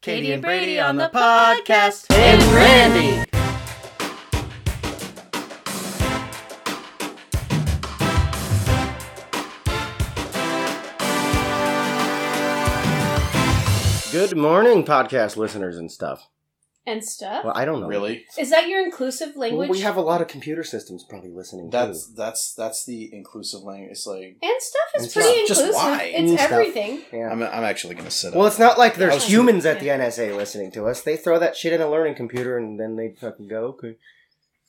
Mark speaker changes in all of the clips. Speaker 1: Katie and Brady on the podcast. And Randy.
Speaker 2: Good morning, podcast listeners and stuff.
Speaker 3: and stuff.
Speaker 2: Well, I don't know.
Speaker 4: Really?
Speaker 3: Is that your inclusive
Speaker 2: Well,
Speaker 3: language
Speaker 2: we have a lot of computer systems probably listening
Speaker 4: That's
Speaker 2: too.
Speaker 4: that's that's the inclusive language. It's like
Speaker 3: and stuff?
Speaker 2: And
Speaker 3: Is pretty
Speaker 4: stuff. Just
Speaker 3: inclusive.
Speaker 4: why?
Speaker 3: It's
Speaker 2: And stuff.
Speaker 3: everything.
Speaker 2: Yeah.
Speaker 4: I'm I'm actually gonna sit
Speaker 2: Well,
Speaker 4: up.
Speaker 2: it's not like there's
Speaker 3: Okay.
Speaker 2: humans at the NSA listening to us. They throw that shit in a learning computer and then they fucking go, okay.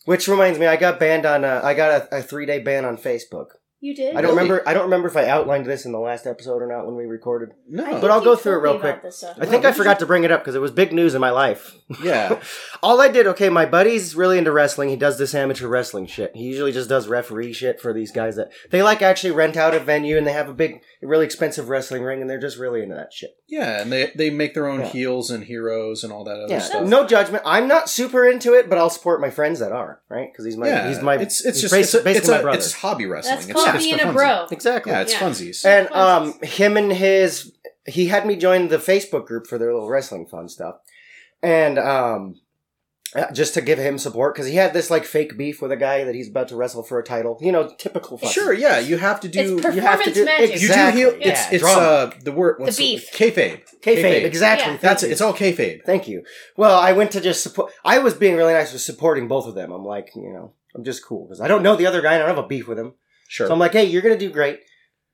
Speaker 2: Which reminds me, I got banned on. Uh, I got a, a three day ban on Facebook.
Speaker 3: You did.
Speaker 2: I don't
Speaker 4: Really?
Speaker 2: remember. I don't remember if I outlined this in the last episode or not when we recorded.
Speaker 4: no,
Speaker 2: But I'll
Speaker 3: You
Speaker 2: go through it
Speaker 3: told
Speaker 2: real
Speaker 3: me about
Speaker 2: quick.
Speaker 3: this stuff.
Speaker 2: I think I forgot to bring it up because it was big news in my life.
Speaker 4: yeah,
Speaker 2: All I did, okay, my buddy's really into wrestling. He does this amateur wrestling shit. He usually just does referee shit for these guys that they like actually rent out a venue and they have a big, really expensive wrestling ring and they're just really into that shit.
Speaker 4: yeah, and they they make their own
Speaker 2: Yeah.
Speaker 4: heels and heroes and all that other
Speaker 2: Yeah,
Speaker 4: stuff.
Speaker 2: no judgment. I'm not super into it, but I'll support my friends that are, right? Because he's my,
Speaker 4: yeah,
Speaker 2: he's my,
Speaker 4: It's
Speaker 2: he's
Speaker 4: it's just
Speaker 2: basi-
Speaker 4: it's, a,
Speaker 2: basically
Speaker 4: it's,
Speaker 2: my
Speaker 4: a-
Speaker 2: brother.
Speaker 4: it's hobby wrestling.
Speaker 3: That's
Speaker 4: it's
Speaker 3: called
Speaker 4: not just
Speaker 3: being
Speaker 4: for
Speaker 3: a
Speaker 4: funsies.
Speaker 3: bro.
Speaker 2: exactly.
Speaker 4: Yeah, it's
Speaker 3: Yeah.
Speaker 4: funsies.
Speaker 2: and um,
Speaker 3: Funsies.
Speaker 2: him and his, he had me join the Facebook group for their little wrestling fun stuff, and um, uh, just to give him support because he had this like fake beef with a guy that he's about to wrestle for a title. You know, typical. fucking-
Speaker 4: sure, yeah, you have to do.
Speaker 3: It's
Speaker 4: you
Speaker 3: perfect.
Speaker 2: have to do
Speaker 3: Performance magic.
Speaker 4: do
Speaker 2: exactly.
Speaker 4: heel.
Speaker 3: Yeah.
Speaker 4: It's it's
Speaker 2: Drama.
Speaker 4: uh the word what's
Speaker 3: The beef.
Speaker 4: kayfabe.
Speaker 2: kayfabe.
Speaker 4: kayfabe.
Speaker 2: Exactly.
Speaker 3: Yeah.
Speaker 2: Thank
Speaker 4: That's
Speaker 2: you.
Speaker 4: it. It's all kayfabe.
Speaker 2: Thank you. Well, I went to just support. I was being really nice with supporting both of them. I'm like, you know, I'm just cool because I don't know the other guy. and I don't have a beef with him.
Speaker 4: Sure.
Speaker 2: So I'm like, hey, you're gonna do great.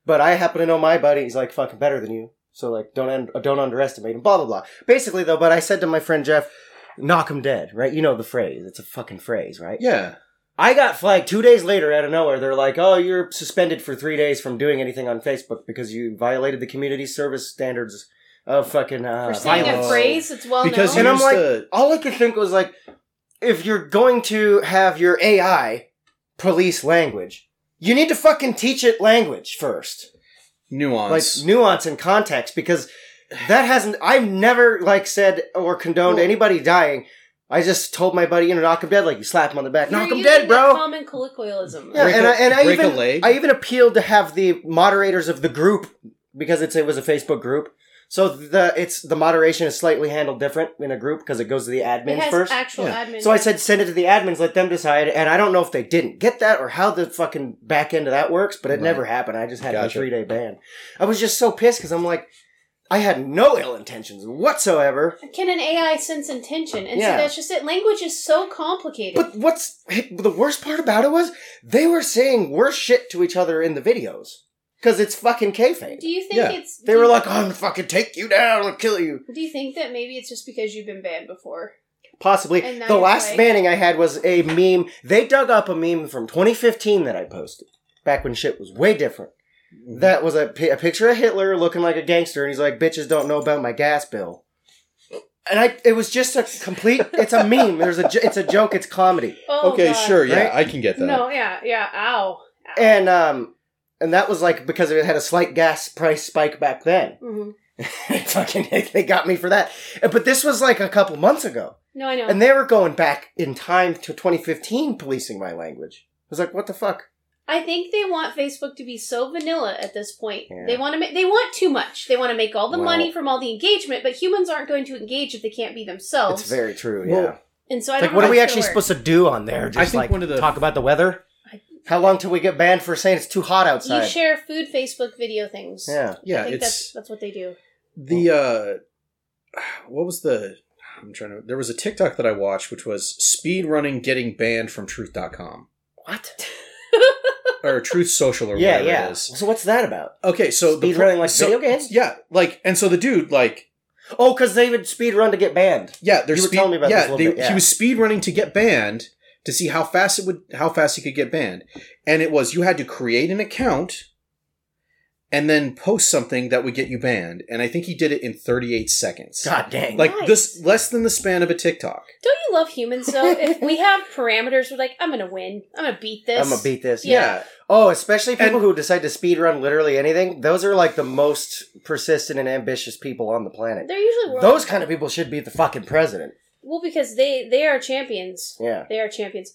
Speaker 2: But I happen to know my buddy. He's like fucking better than you. So like, don't un- don't underestimate him. Blah blah blah. Basically though, but I said to my friend Jeff, knock him dead. Right? You know the phrase. It's a fucking phrase, right?
Speaker 4: yeah.
Speaker 2: I got flagged two days later out of nowhere. They're like, oh, you're suspended for three days from doing anything on Facebook because you violated the community service standards of fucking uh,
Speaker 3: For saying
Speaker 2: violence.
Speaker 3: a phrase, it's well
Speaker 4: because
Speaker 3: known.
Speaker 2: And
Speaker 4: you
Speaker 2: I'm
Speaker 4: used
Speaker 2: like-
Speaker 4: to-
Speaker 2: All I could think was like, if you're going to have your AI police language, you need to fucking teach it language first,
Speaker 4: nuance.
Speaker 2: like nuance and context, because that hasn't. I've never like said or condoned
Speaker 4: Well-
Speaker 2: anybody dying. I just told my buddy, you know, knock him dead, like you slap him on the back, knock
Speaker 3: You're
Speaker 2: him
Speaker 3: using
Speaker 2: dead, bro.
Speaker 3: the Common colloquialism.
Speaker 2: Yeah,
Speaker 4: Break
Speaker 2: and
Speaker 4: a-
Speaker 2: I and I
Speaker 4: break a
Speaker 2: even
Speaker 4: leg?
Speaker 2: I even appealed to have the moderators of the group because it's it was a Facebook group. So the it's the moderation is slightly handled different in a group because it goes to the
Speaker 3: it
Speaker 2: admins
Speaker 3: has
Speaker 2: first.
Speaker 3: actual
Speaker 4: Yeah.
Speaker 3: admin.
Speaker 2: so I said send it to the admins, let them decide. And I don't know if they didn't get that or how the fucking back end of that works, but it
Speaker 4: Right.
Speaker 2: never happened. I just had a
Speaker 4: Gotcha.
Speaker 2: three day ban. I was just so pissed because I'm like, I had no ill intentions whatsoever.
Speaker 3: Can an AI sense intention? And
Speaker 2: Yeah.
Speaker 3: so that's just it. Language is so complicated.
Speaker 2: But what's the worst part about it was they were saying worse shit to each other in the videos because it's fucking kayfabe.
Speaker 3: do you think
Speaker 4: Yeah.
Speaker 3: it's
Speaker 2: They
Speaker 3: do
Speaker 2: were
Speaker 3: you-
Speaker 2: like, "I'm gonna fucking take you down, I'll kill you."
Speaker 3: Do you think that maybe it's just because you've been banned before?
Speaker 2: Possibly.
Speaker 3: And now
Speaker 2: The
Speaker 3: you're
Speaker 2: last
Speaker 3: like-
Speaker 2: banning I had was a meme. They dug up a meme from 2015 that I posted back when shit was way different. That was a, pi- a picture of Hitler looking like a gangster, and he's like, "Bitches don't know about my gas bill." And I, it was just a complete. It's a meme. There's a. jo- It's a joke. It's comedy.
Speaker 3: Oh,
Speaker 4: okay,
Speaker 3: God.
Speaker 4: sure, yeah,
Speaker 2: Right?
Speaker 4: I can get that.
Speaker 3: No, yeah, yeah. Ow. Ow.
Speaker 2: And um, and that was like because it had a slight gas price spike back then.
Speaker 3: Mhm.
Speaker 2: Fucking, they got me for that. But this was like a couple months ago.
Speaker 3: No, I know.
Speaker 2: And they were going back in time to 2015 policing my language. I was like, what the fuck?
Speaker 3: I think they want Facebook to be so vanilla at this point.
Speaker 2: Yeah.
Speaker 3: They want to make they want too much. They want to make all the
Speaker 2: Well-
Speaker 3: money from all the engagement, but humans aren't going to engage if they can't be themselves.
Speaker 2: It's very true,
Speaker 4: Well,
Speaker 2: yeah.
Speaker 3: and so Oh. I
Speaker 2: It's like,
Speaker 3: don't know
Speaker 2: what
Speaker 3: how
Speaker 2: are we
Speaker 3: it's
Speaker 2: actually
Speaker 3: gonna work.
Speaker 2: supposed to do on there? Just
Speaker 4: I think
Speaker 2: like
Speaker 4: one of the-
Speaker 2: talk about the weather?
Speaker 3: I-
Speaker 2: How long till we get banned for saying it's too hot outside?
Speaker 3: You share food Facebook video things.
Speaker 2: yeah.
Speaker 3: I
Speaker 4: yeah,
Speaker 3: think that's
Speaker 4: it's
Speaker 3: that's what they do.
Speaker 4: the uh what was the I'm trying to there was a TikTok that I watched which was speed running getting banned from truth.com
Speaker 2: What?
Speaker 4: or truth social or
Speaker 2: Yeah,
Speaker 4: whatever
Speaker 2: yeah.
Speaker 4: it is.
Speaker 2: So what's that about?
Speaker 4: Okay, so the
Speaker 2: Speed
Speaker 4: pro-
Speaker 2: running like
Speaker 4: so-
Speaker 2: video games?
Speaker 4: Yeah, like and so the dude like
Speaker 2: Oh, because they would speed run to get banned.
Speaker 4: yeah, they're
Speaker 2: You were
Speaker 4: speed,
Speaker 2: telling me about this a
Speaker 4: yeah,
Speaker 2: little
Speaker 4: they-
Speaker 2: bit, yeah.
Speaker 4: he was speed running to get banned to see how fast it would how fast he could get banned. And it was you had to create an account and then post something that would get you banned. And I think he did it in 38 seconds.
Speaker 2: God dang.
Speaker 4: like
Speaker 3: Nice.
Speaker 4: this less than the span of a TikTok.
Speaker 3: Don't you love humans though? if we have parameters, we're like, I'm gonna win. I'm gonna beat this.
Speaker 2: I'm gonna beat this.
Speaker 3: Yeah.
Speaker 2: Oh, especially people
Speaker 4: And-
Speaker 2: who decide to speed run literally anything. Those are like the most persistent and ambitious people on the planet.
Speaker 3: They're usually world-
Speaker 2: Those kind of people should be the fucking president.
Speaker 3: Well, because they they are champions.
Speaker 2: Yeah.
Speaker 3: They are champions.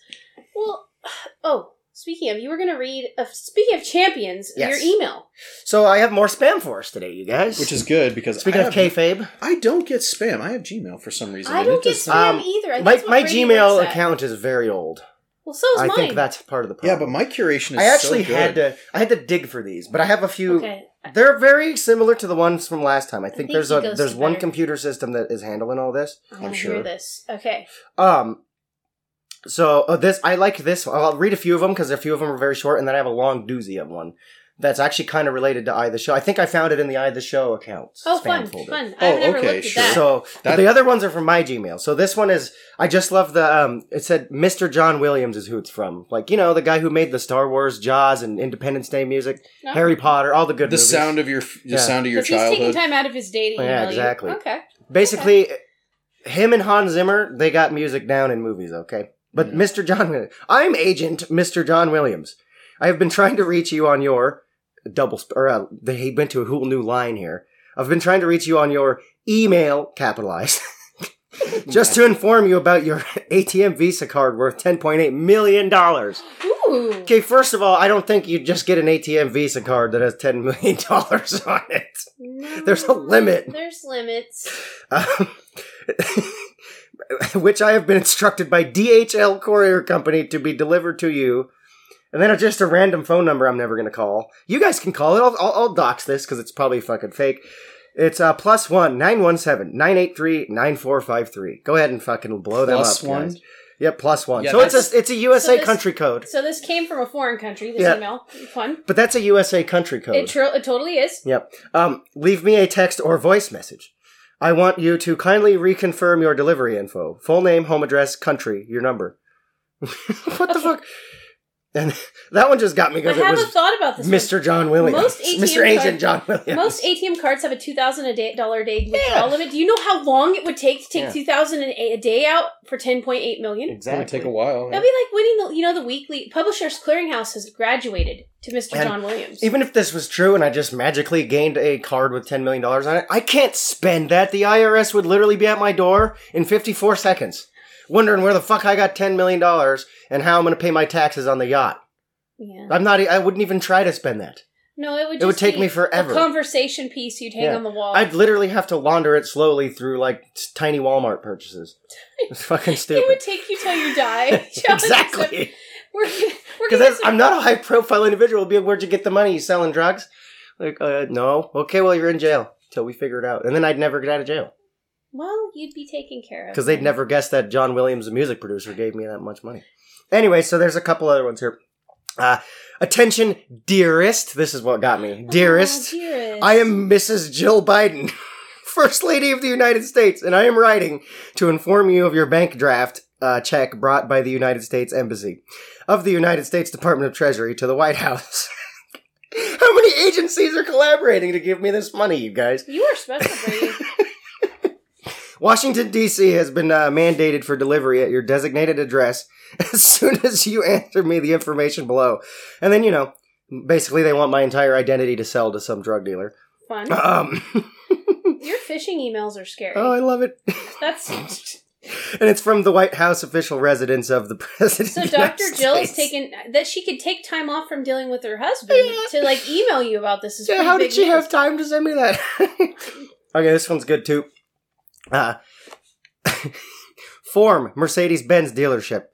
Speaker 3: Well, oh, Speaking of, you were going to read. Uh, speaking of champions,
Speaker 2: Yes.
Speaker 3: your email.
Speaker 2: So I have more spam for us today, you guys.
Speaker 4: which is good because
Speaker 2: speaking
Speaker 4: I
Speaker 2: of
Speaker 4: have-
Speaker 2: kayfabe,
Speaker 4: I don't get spam. I have Gmail for some reason.
Speaker 3: I
Speaker 4: and
Speaker 3: don't
Speaker 4: it
Speaker 3: get
Speaker 4: does-
Speaker 3: spam
Speaker 2: um,
Speaker 3: either. I think
Speaker 2: my
Speaker 3: that's what
Speaker 2: my
Speaker 3: Brady
Speaker 2: Gmail
Speaker 3: works at.
Speaker 2: account is very old.
Speaker 3: Well, so is
Speaker 2: I
Speaker 3: mine.
Speaker 2: think that's part of the problem.
Speaker 4: Yeah, but my curation is.
Speaker 2: I actually
Speaker 4: so good.
Speaker 2: had to I had to dig for these, but I have a few.
Speaker 3: okay.
Speaker 2: They're very similar to the ones from last time. I think,
Speaker 3: think
Speaker 2: there's
Speaker 3: he
Speaker 2: a
Speaker 3: goes
Speaker 2: there's
Speaker 3: to
Speaker 2: one
Speaker 3: better.
Speaker 2: computer system that is handling all this.
Speaker 3: I wanna
Speaker 4: sure.
Speaker 3: Hear this. Okay.
Speaker 2: Um, so uh, this I like this. I'll read a few of them because a few of them are very short, and then I have a long doozy of one that's actually kind of related to Eye of the Show. I think I found it in the Eye of the Show account.
Speaker 3: Oh,
Speaker 2: spam
Speaker 3: fun,
Speaker 2: folder.
Speaker 3: fun.
Speaker 4: Oh,
Speaker 3: I've never
Speaker 4: okay,
Speaker 3: looked at
Speaker 4: sure.
Speaker 3: that.
Speaker 2: So but the other ones are from my Gmail. So this one is I just love the um it said Mr. John Williams is who it's from. Like, you know, the guy who made the Star Wars, Jaws and Independence Day music,
Speaker 3: No?
Speaker 2: Harry Potter, all the
Speaker 4: the
Speaker 2: good movies.
Speaker 4: sound of your the
Speaker 2: Yeah.
Speaker 4: sound of your
Speaker 3: 'Cause he's taking
Speaker 4: childhood.
Speaker 3: time out of his day to
Speaker 2: Yeah,
Speaker 3: email you.
Speaker 2: exactly.
Speaker 3: Okay.
Speaker 2: Basically, him and Hans Zimmer, they got music down in movies, okay? But
Speaker 4: Yeah.
Speaker 2: Mr. John Williams, I'm agent Mr. John Williams. I have been trying to reach you on your double, sp- or uh, they- he went to a whole new line here. I've been trying to reach you on your email, capitalized, just to inform you about your ATM Visa card worth $10.8 million.
Speaker 3: Ooh.
Speaker 2: Okay, first of all, I don't think you just get an ATM Visa card that has $10 million on it.
Speaker 3: No,
Speaker 2: There's a limit.
Speaker 3: There's limits.
Speaker 2: Um, which I have been instructed by DHL Courier Company to be delivered to you. And then it's just a random phone number I'm never going to call. You guys can call it. I'll, I'll, I'll dox this because it's probably fucking fake. It's uh, plus one, 917 983 9453. Go ahead and fucking blow them
Speaker 4: Plus
Speaker 2: up.
Speaker 4: one?
Speaker 2: Guys. Yep, plus one.
Speaker 4: Yeah,
Speaker 2: so it's
Speaker 4: that's-
Speaker 2: a, it's a USA
Speaker 3: So this-
Speaker 2: country code.
Speaker 3: So this came from a foreign country. This
Speaker 2: Yeah.
Speaker 3: email, fun.
Speaker 2: But that's a USA country code.
Speaker 3: It, tr- it totally is.
Speaker 2: Yep. Um, leave me a text or voice message. I want you to kindly reconfirm your delivery info. Full name, home address, country, your number. what the fuck? And that one just got me
Speaker 3: I
Speaker 2: because it
Speaker 3: have a
Speaker 2: was
Speaker 3: thought about this. one.
Speaker 2: Mr. John Williams.
Speaker 3: Most ATM
Speaker 2: Mr. Agent
Speaker 3: card-
Speaker 2: John Williams.
Speaker 3: Most ATM cards have a two thousand a day dollar a day withdrawal
Speaker 2: Yeah.
Speaker 3: limit. Do you know how long it would take to take
Speaker 2: Yeah.
Speaker 3: two thousand a day out for ten point eight million?
Speaker 4: It's gonna
Speaker 2: Exactly.
Speaker 4: take a while.
Speaker 3: That'd be like winning the you know the weekly Publishers Clearinghouse has graduated to Mr.
Speaker 2: And
Speaker 3: John Williams.
Speaker 2: Even if this was true and I just magically gained a card with $10 million on it, I can't spend that. The IRS would literally be at my door in 54 seconds, wondering where the fuck I got $10 million and how I'm going to pay my taxes on the yacht.
Speaker 3: yeah.
Speaker 2: I'm not, e, I wouldn't even try to spend that.
Speaker 3: No, it would.
Speaker 2: It would
Speaker 3: just
Speaker 2: take
Speaker 3: be
Speaker 2: me forever.
Speaker 3: A conversation piece you'd hang
Speaker 2: Yeah.
Speaker 3: on the wall.
Speaker 2: I'd literally have to launder it slowly through like s- tiny Walmart purchases. It's fucking
Speaker 3: it
Speaker 2: stupid.
Speaker 3: would take you till you die. Except
Speaker 2: exactly.
Speaker 3: We're, gonna- we're gonna
Speaker 2: Because
Speaker 3: get
Speaker 2: I'm not a high profile individual. Be like, where'd you get the money? You selling drugs? Like, uh, no. Okay, well, you're in jail till we figure it out. And then I'd never get out of jail
Speaker 3: Well, you'd be taken care of.
Speaker 2: because they'd never guess that John Williams, the music producer, gave me that much money. Anyway, so there's a couple other ones here. Uh, attention, dearest. This is what got me.
Speaker 3: Aw,
Speaker 2: Dearest.
Speaker 3: Oh, dearest.
Speaker 2: I am Mrs. Jill Biden, First Lady of the United States, and I am writing to inform you of your bank draft uh, check brought by the United States Embassy of the United States Department of Treasury to the White House. How many agencies are collaborating to give me this money, you guys?
Speaker 3: You are special, Brady.
Speaker 2: Washington, D.C. has been uh, mandated for delivery at your designated address as soon as you answer me the information below. And then, you know, basically they want my entire identity to sell to some drug dealer.
Speaker 3: Fun.
Speaker 2: Um,
Speaker 3: Your phishing emails are scary.
Speaker 2: oh, I love it.
Speaker 3: That's
Speaker 2: and it's from the White House official residence of the president.
Speaker 3: so.
Speaker 2: of the United
Speaker 3: Dr. Jill is
Speaker 2: States.
Speaker 3: taking that she could take time off from dealing with her husband
Speaker 2: Yeah.
Speaker 3: to like email you about this. Is
Speaker 2: Yeah,
Speaker 3: pretty
Speaker 2: how
Speaker 3: big
Speaker 2: did she
Speaker 3: news.
Speaker 2: have time to send me that? okay, this one's good too. Uh, form Mercedes Benz dealership.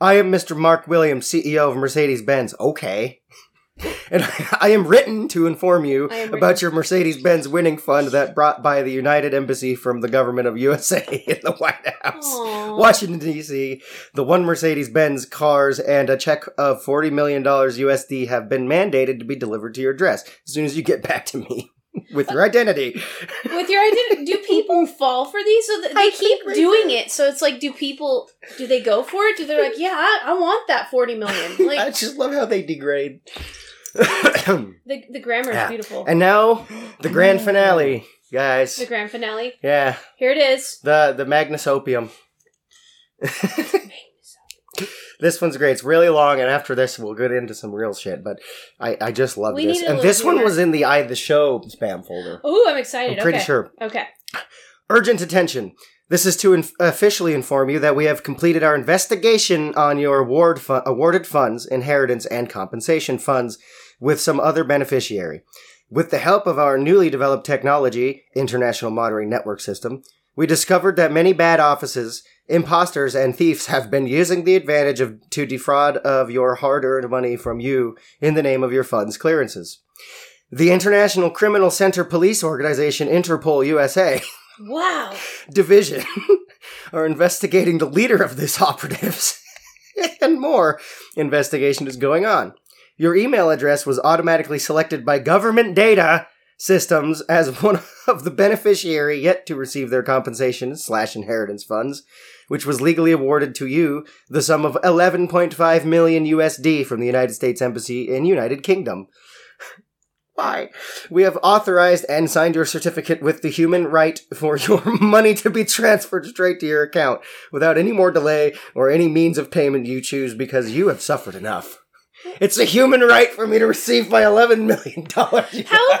Speaker 2: I am Mr. Mark Williams, CEO of Mercedes Benz. Okay. And I am written to inform you
Speaker 3: I am written.
Speaker 2: about your Mercedes Benz winning fund that brought by the United Embassy from the government of USA in the White House.
Speaker 3: Aw.
Speaker 2: Washington, D.C., the one Mercedes Benz cars and a check of $40 million USD have been mandated to be delivered to your address as soon as you get back to me with your identity.
Speaker 3: With your identity, do people fall for these? So that
Speaker 2: I
Speaker 3: they keep
Speaker 2: think we
Speaker 3: doing it. So it's like, do people? Do they go for it? Do they like, yeah, I, I want that forty million?
Speaker 2: I
Speaker 3: Like
Speaker 2: just love how they degrade.
Speaker 3: the the grammar is
Speaker 2: Yeah.
Speaker 3: beautiful.
Speaker 2: and now, the grand finale, guys.
Speaker 3: the grand finale.
Speaker 2: Yeah,
Speaker 3: Here it is.
Speaker 2: the, the Magnus Opium. This one's great. It's really long, and after this, we'll get into some real shit. But I, I just love
Speaker 3: We
Speaker 2: this.
Speaker 3: need a
Speaker 2: And
Speaker 3: little
Speaker 2: this one
Speaker 3: humor.
Speaker 2: was in the Eye of the Show spam folder.
Speaker 3: Oh, I'm excited.
Speaker 2: I'm pretty
Speaker 3: okay.
Speaker 2: sure.
Speaker 3: Okay.
Speaker 2: Urgent attention. This is to inf- officially inform you that we have completed our investigation on your award fu- awarded funds, inheritance, and compensation funds with some other beneficiary. With the help of our newly developed technology, International Monitoring Network System, we discovered that many bad offices, imposters, and thieves have been using the advantage of to defraud of your hard-earned money from you in the name of your funds clearances. The International Criminal Center Police Organization, Interpol USA,
Speaker 3: Wow.
Speaker 2: division are investigating the leader of this operatives and more investigation is going on your email address was automatically selected by government data systems as one of the beneficiary yet to receive their compensation slash inheritance funds which was legally awarded to you the sum of 11.5 million usd from the united states embassy in united kingdom why we have authorized and signed your certificate with the human right for your money to be transferred straight to your account without any more delay or any means of payment you choose because you have suffered enough. It's a human right for me to receive my $11 million.
Speaker 3: How have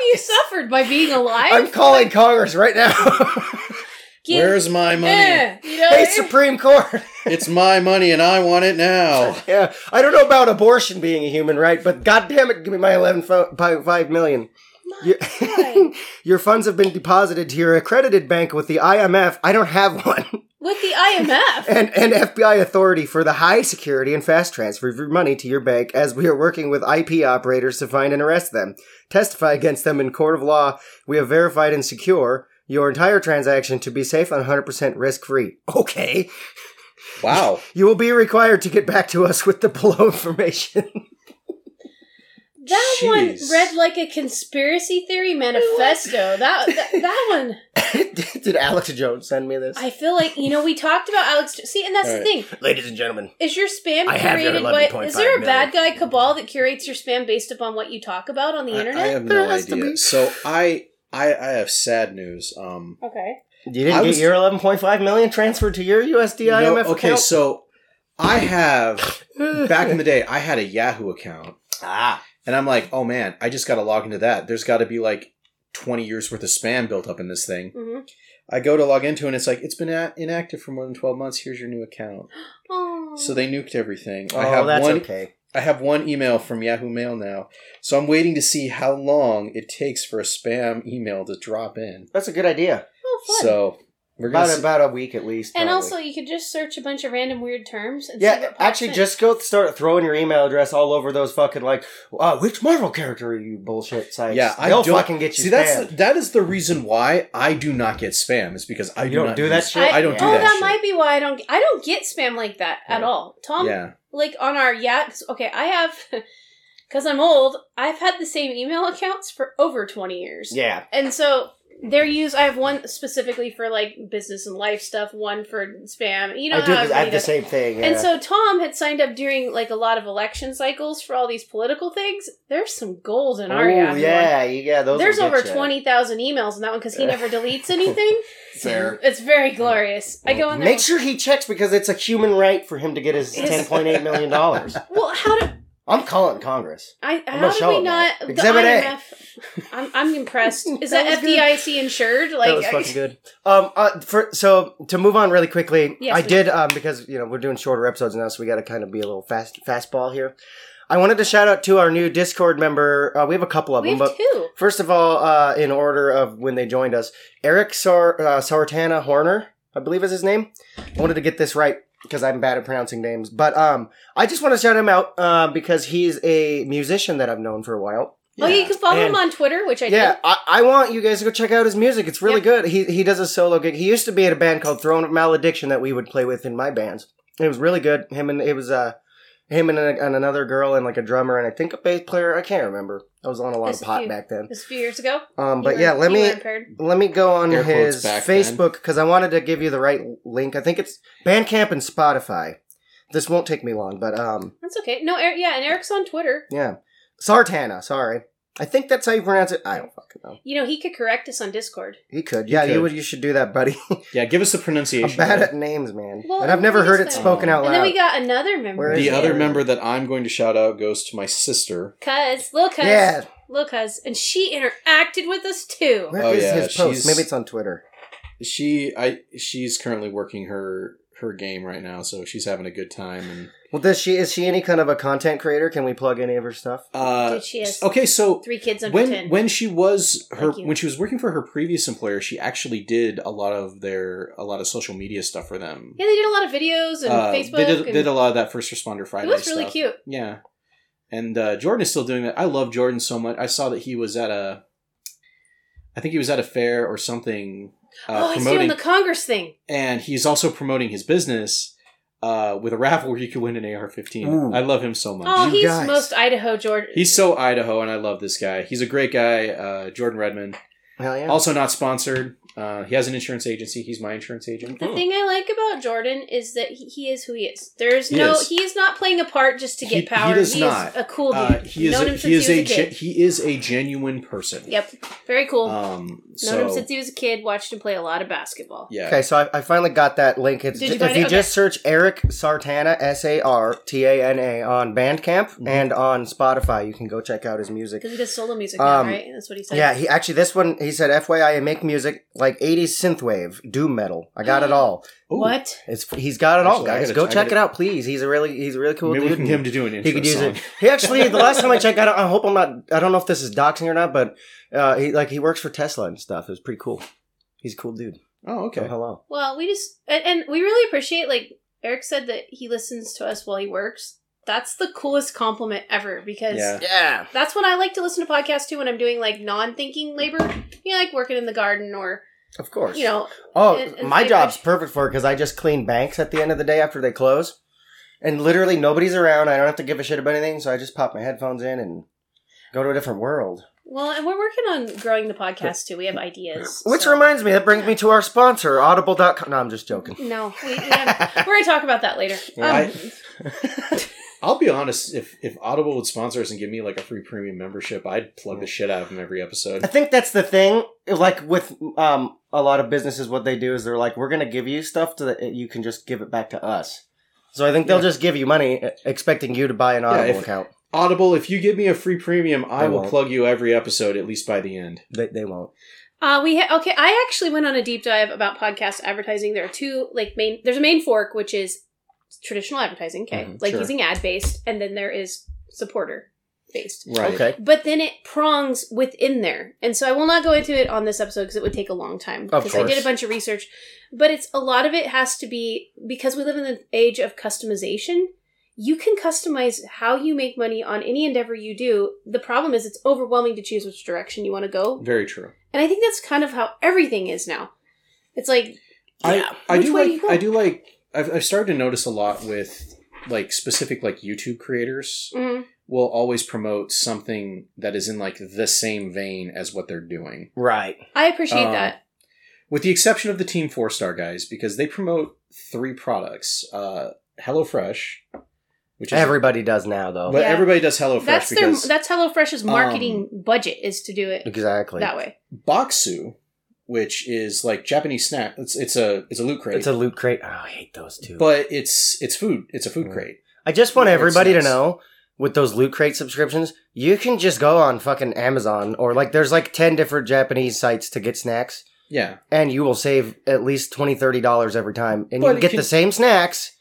Speaker 3: you suffered by being alive?
Speaker 2: I'm calling Congress right now.
Speaker 3: Get-
Speaker 4: Where's my money?
Speaker 3: Yeah, Eh, you know,
Speaker 2: hey, Supreme Court.
Speaker 4: It's my money and I want it now.
Speaker 2: Yeah, I don't know about abortion being a human right, but goddamn it, give me my 11 fo- pi- 5 million. Your,
Speaker 3: God.
Speaker 2: your funds have been deposited to your accredited bank with the IMF. I don't have one.
Speaker 3: with the IMF.
Speaker 2: and, and FBI authority for the high security and fast transfer of your money to your bank as we are working with IP operators to find and arrest them. Testify against them in court of law. We have verified and secure your entire transaction to be safe and 100% risk free. Okay.
Speaker 4: Wow.
Speaker 2: You will be required to get back to us with the below information.
Speaker 3: That
Speaker 4: Jeez.
Speaker 3: one read like a conspiracy theory manifesto. That, that that one,
Speaker 2: Did Alex Jones send me this?
Speaker 3: I feel like you know we talked about Alex. See, and that's
Speaker 4: All
Speaker 3: the
Speaker 4: right.
Speaker 3: thing.
Speaker 2: Ladies and gentlemen,
Speaker 3: Is your spam
Speaker 2: I have your
Speaker 3: curated by?
Speaker 2: 11.5
Speaker 3: Is there a
Speaker 2: million.
Speaker 3: bad guy cabal that curates your spam based upon what you talk about on the
Speaker 4: I, I
Speaker 3: internet?
Speaker 4: have
Speaker 2: There
Speaker 4: no
Speaker 2: has to
Speaker 4: idea.
Speaker 2: be.
Speaker 4: So I, I I have sad news. Um
Speaker 3: okay.
Speaker 2: you didn't
Speaker 4: I
Speaker 2: get
Speaker 4: was-
Speaker 2: your 11.5 million transferred to your USD
Speaker 4: no,
Speaker 2: IMF
Speaker 4: okay,
Speaker 2: account?
Speaker 4: so I have back in the day I had a Yahoo account
Speaker 2: ah,
Speaker 4: and I'm like, oh man, I just gotta log into that. There's gotta be like 20 years worth of spam built up in this thing.
Speaker 3: hmm
Speaker 4: I go to log into it and it's like, it's been a- inactive for more than 12 months. Here's your new account.
Speaker 3: Oh.
Speaker 4: So they nuked everything.
Speaker 2: oh,
Speaker 4: I have
Speaker 2: that's
Speaker 4: one
Speaker 2: okay.
Speaker 4: I have one email from Yahoo Mail now, so I'm waiting to see how long it takes for a spam email to drop in.
Speaker 2: That's a good idea.
Speaker 3: oh, fun.
Speaker 4: So um, we're gonna.
Speaker 2: About
Speaker 4: See-
Speaker 2: about a week at least.
Speaker 3: and
Speaker 2: probably.
Speaker 3: also, you could just search a bunch of random weird terms. And see
Speaker 2: yeah,
Speaker 3: what pops
Speaker 2: actually,
Speaker 3: in.
Speaker 2: just go start throwing your email address all over those fucking like, uh, which Marvel character are you bullshit sites?
Speaker 4: yeah, I
Speaker 2: they'll
Speaker 4: don't
Speaker 2: fucking get you.
Speaker 4: See, that's
Speaker 2: spammed.
Speaker 4: the, that is the reason why I do not get spam. Is because I
Speaker 2: You
Speaker 4: do
Speaker 2: don't
Speaker 4: not
Speaker 2: do that
Speaker 4: use-
Speaker 2: shit?
Speaker 4: I don't do
Speaker 3: oh,
Speaker 4: that.
Speaker 3: that,
Speaker 4: shit.
Speaker 3: might be why I don't. I don't get spam like that at
Speaker 2: Yeah.
Speaker 3: all. Tom,
Speaker 4: yeah,
Speaker 3: like on our yeah. 'cause- Okay, I have because I'm old. I've had the same email accounts for over twenty years.
Speaker 2: yeah.
Speaker 3: and so they're used. I have one specifically for like business and life stuff. One for spam. You know,
Speaker 2: I do.
Speaker 3: how
Speaker 2: I have
Speaker 3: everybody
Speaker 2: the
Speaker 3: does-
Speaker 2: same thing. Yeah.
Speaker 3: And so Tom had signed up during like a lot of election cycles for all these political things. There's some gold in our
Speaker 2: Ooh,
Speaker 3: Yahoo one.
Speaker 2: yeah, you- yeah. Those
Speaker 3: There's
Speaker 2: will get
Speaker 3: over
Speaker 2: ya.
Speaker 3: twenty thousand emails in that one because he never deletes anything.
Speaker 2: Fair.
Speaker 3: It's very glorious. I go in there.
Speaker 2: Make sure he checks because it's a human right for him to get his
Speaker 3: Yes.
Speaker 2: ten point eight million dollars.
Speaker 3: Well, how do
Speaker 2: I'm calling Congress.
Speaker 3: I
Speaker 2: I'm
Speaker 3: how
Speaker 2: gonna show
Speaker 3: did we
Speaker 2: him that.
Speaker 3: not the
Speaker 2: Exhibit A.
Speaker 3: IMF? I'm I'm impressed. Is
Speaker 2: That
Speaker 3: that,
Speaker 2: was good.
Speaker 3: FDIC insured? Like
Speaker 2: that was fucking good. Um, uh, for so to move on really quickly,
Speaker 3: Yes,
Speaker 2: I
Speaker 3: we-
Speaker 2: did um because you know we're doing shorter episodes now, so we got to kind of be a little fast fastball here. I wanted to shout out to our new Discord member. Uh, we have a couple of
Speaker 3: we
Speaker 2: them,
Speaker 3: have
Speaker 2: but
Speaker 3: two.
Speaker 2: first of all, uh, in order of when they joined us, Eric Sar- uh, Sartana Horner, I believe is his name. I wanted to get this right because I'm bad at pronouncing names, but um, I just want to shout him out uh, because he's a musician that I've known for a while.
Speaker 3: Oh, you can follow him
Speaker 2: And-
Speaker 3: on Twitter, which I
Speaker 2: Yeah,
Speaker 3: did.
Speaker 2: I, I want you guys to go check out his music. It's really
Speaker 3: Yep.
Speaker 2: good. He he does a solo gig. He used to be in a band called Throne of Malediction that we would play with in my bands. It was really good. Him and it was uh him and, a, and another girl and like a drummer and I think a bass player. I can't remember. I was on a lot
Speaker 3: That's
Speaker 2: of pot
Speaker 3: cute.
Speaker 2: back then.
Speaker 3: It was a few years ago.
Speaker 2: Um, but
Speaker 3: You
Speaker 2: yeah,
Speaker 3: were-
Speaker 2: let
Speaker 3: you
Speaker 2: me
Speaker 3: were impaired.
Speaker 2: let me go on
Speaker 4: Air quotes
Speaker 2: his
Speaker 4: back then.
Speaker 2: Facebook because I wanted to give you the right link. I think it's Bandcamp and Spotify. This won't take me long, but um,
Speaker 3: That's okay. No, Eric, yeah, and Eric's on Twitter.
Speaker 2: yeah, Sartana. Sorry, I think that's how you pronounce it. I don't fucking know.
Speaker 3: You know, he could correct us on Discord.
Speaker 2: He could. Yeah, you
Speaker 4: could.
Speaker 2: would. You should do that, buddy.
Speaker 4: yeah. Give us the
Speaker 2: I'm
Speaker 4: pronunciation.
Speaker 2: bad at names, man.
Speaker 3: Well,
Speaker 2: and I've never
Speaker 3: we
Speaker 2: heard it
Speaker 3: just
Speaker 4: don't.
Speaker 2: spoken out
Speaker 3: And then we
Speaker 2: loud.
Speaker 3: got another member.
Speaker 2: Where is
Speaker 4: the
Speaker 2: it?
Speaker 4: other member that I'm going to shout out goes to my sister.
Speaker 3: Cuz, Lil Cuz.
Speaker 2: Yeah.
Speaker 3: Lil Cuz. And she interacted with us too.
Speaker 2: Where is
Speaker 4: Oh, yeah,
Speaker 2: his post?
Speaker 4: she's-
Speaker 2: Maybe it's on Twitter.
Speaker 4: she I she's currently working her her game right now, so she's having a good time and
Speaker 2: Well, does she is she any kind of a content creator? Can we plug any of her stuff?
Speaker 4: uh
Speaker 3: Dude, she has
Speaker 4: okay, so
Speaker 3: three kids under
Speaker 4: when
Speaker 3: ten.
Speaker 4: when she was her
Speaker 3: Thank you.
Speaker 4: when she was working for her previous employer, she actually did a lot of their a lot of social media stuff for them.
Speaker 3: yeah, they did a lot of videos and
Speaker 4: Uh,
Speaker 3: Facebook.
Speaker 4: they did,
Speaker 3: and
Speaker 4: did a lot of that first responder Friday.
Speaker 3: it was really
Speaker 4: stuff.
Speaker 2: uh,
Speaker 3: cute.
Speaker 4: Yeah, and uh, Jordan is still doing that. I love Jordan so much. I saw that he was at a, I think he was at a fair or something uh,
Speaker 3: oh, he's doing
Speaker 4: promoting,
Speaker 3: the Congress thing.
Speaker 4: and he's also promoting his business uh, with a raffle where you could win an AR-15.
Speaker 2: Ooh.
Speaker 4: I love him so much.
Speaker 3: Oh,
Speaker 2: You
Speaker 3: he's
Speaker 2: guys.
Speaker 3: most Idaho Georgia.
Speaker 4: He's so Idaho, and I love this guy. He's a great guy, uh, Jordan Redmond.
Speaker 2: Hell yeah!
Speaker 4: Also not sponsored. Uh, he has an insurance agency. He's my insurance agent.
Speaker 3: The thing I like about Jordan is that he, he is who he is. There's
Speaker 4: He
Speaker 3: no
Speaker 4: is.
Speaker 3: he is not playing a part just to
Speaker 4: He-
Speaker 3: get
Speaker 4: he
Speaker 3: power. He,
Speaker 4: does
Speaker 3: is
Speaker 4: not.
Speaker 3: a cool dude.
Speaker 4: Uh, he is
Speaker 3: Known
Speaker 4: a,
Speaker 3: him
Speaker 4: he
Speaker 3: since
Speaker 4: is
Speaker 3: he was
Speaker 4: a
Speaker 3: a kid.
Speaker 4: gen- he is a genuine person.
Speaker 3: Yep, very cool.
Speaker 4: Um.
Speaker 3: Known
Speaker 4: So
Speaker 3: him since he was a kid. Watched him play a lot of basketball.
Speaker 4: yeah.
Speaker 2: Okay, so I, I finally got that link. It's
Speaker 3: Did
Speaker 2: ju-
Speaker 3: you
Speaker 2: if
Speaker 3: find
Speaker 2: you
Speaker 3: it? Okay.
Speaker 2: just search Eric Sartana S A R T A N A on Bandcamp
Speaker 3: Mm-hmm.
Speaker 2: and on Spotify, you can go check out his music.
Speaker 3: Because he does solo music
Speaker 2: Um,
Speaker 3: now, right? That's what he said.
Speaker 2: Yeah, he actually this one he said FYI I make music like 80s synthwave, doom metal. I got it
Speaker 3: Mm.
Speaker 2: all.
Speaker 4: Ooh,
Speaker 3: what?
Speaker 2: It's he's got it all,
Speaker 4: Actually, I
Speaker 2: guys.
Speaker 4: gotta-
Speaker 2: Go
Speaker 4: I
Speaker 2: check
Speaker 4: gotta-
Speaker 2: it out, please. He's a really he's a really cool
Speaker 4: Maybe we
Speaker 2: dude.
Speaker 4: can get him to do an intro
Speaker 2: he could use
Speaker 4: song.
Speaker 2: it. He actually the last time I checked, I, don't, I hope I'm not. I don't know if this is doxing or not, but uh, he like he works for Tesla and stuff. It was pretty cool. He's a cool dude.
Speaker 4: Oh,
Speaker 2: So
Speaker 4: okay.
Speaker 2: hello.
Speaker 3: Well, we just and, and we really appreciate like Eric said that he listens to us while he works. That's the coolest compliment ever because
Speaker 4: Yeah.
Speaker 2: Yeah.
Speaker 3: that's what I like to listen to podcasts to when I'm doing like non-thinking labor, you know, like working in the garden or
Speaker 2: Of course.
Speaker 3: you know,
Speaker 2: Oh,
Speaker 3: And- and
Speaker 2: my
Speaker 3: they-
Speaker 2: job's perfect for it because I just clean banks at the end of the day after they close, and literally nobody's around. I don't have to give a shit about anything, so I just pop my headphones in and go to a different world.
Speaker 3: well, and we're working on growing the podcast too. We have ideas.
Speaker 2: Which
Speaker 3: so-
Speaker 2: reminds me, that brings me to our sponsor, Audible.com. No, I'm just joking.
Speaker 3: no, we, we have, we're gonna talk about that later.
Speaker 4: I,
Speaker 3: Um,
Speaker 4: I'll be honest. If if Audible would sponsor us and give me like a free premium membership, I'd plug the shit out of them every episode.
Speaker 2: I think that's the thing. Like with um, a lot of businesses, what they do is they're like, "We're going to give you stuff to that you can just give it back to us." So I think they'll
Speaker 4: Yeah.
Speaker 2: just give you money, uh, expecting you to buy an Audible
Speaker 4: if-
Speaker 2: account.
Speaker 4: Audible, if you give me a free premium, I,
Speaker 2: I
Speaker 4: will
Speaker 2: won't.
Speaker 4: plug you every episode at least by the end.
Speaker 2: They, they won't.
Speaker 3: Uh, we ha- okay. I actually went on a deep dive about podcast advertising. There are two like main. There's a main fork which is traditional advertising, okay,
Speaker 4: Mhm,
Speaker 3: like
Speaker 4: sure.
Speaker 3: using ad based, and then there is supporter based.
Speaker 4: Right.
Speaker 2: Okay.
Speaker 3: But then it prongs within there, and so I will not go into it on this episode because it would take a long time.
Speaker 2: Of
Speaker 3: I did a
Speaker 2: course.
Speaker 3: bunch of research, but it's a lot of it has to be because we live in the age of customization. You can customize how you make money on any endeavor you do. The problem is it's overwhelming to choose which direction you want to go
Speaker 4: Very true.
Speaker 3: and I think that's kind of how everything is now. It's like, Yeah.
Speaker 4: I, I
Speaker 3: Which
Speaker 4: do
Speaker 3: way
Speaker 4: like.
Speaker 3: you go?
Speaker 4: I do like. I've, I've started to notice a lot with like specific like YouTube creators
Speaker 3: mm,
Speaker 4: will always promote something that is in like the same vein as what they're doing.
Speaker 2: Right.
Speaker 3: I appreciate
Speaker 4: Um,
Speaker 3: that.
Speaker 4: with the exception of the team four star guys because they promote three products uh HelloFresh, which is
Speaker 2: Everybody does now, though.
Speaker 4: but
Speaker 3: Yeah.
Speaker 4: everybody does HelloFresh
Speaker 3: That's their
Speaker 4: because um,
Speaker 3: that's HelloFresh's marketing budget is to do it
Speaker 2: exactly.
Speaker 3: that way.
Speaker 4: Boxu, which is like Japanese snack, it's it's a it's a loot crate,
Speaker 2: It's a loot crate. Oh, I hate those two.
Speaker 4: but it's it's food, it's a food
Speaker 2: Mm.
Speaker 4: crate.
Speaker 2: I just want
Speaker 4: Yeah,
Speaker 2: everybody to
Speaker 4: it's nice.
Speaker 2: know with those loot crate subscriptions, you can just go on fucking Amazon or like there's like 10 different Japanese sites to get snacks
Speaker 4: Yeah,
Speaker 2: and you will save at least 20 30 dollars every time and you
Speaker 4: But
Speaker 2: can
Speaker 4: it
Speaker 2: get
Speaker 4: can-
Speaker 2: the same snacks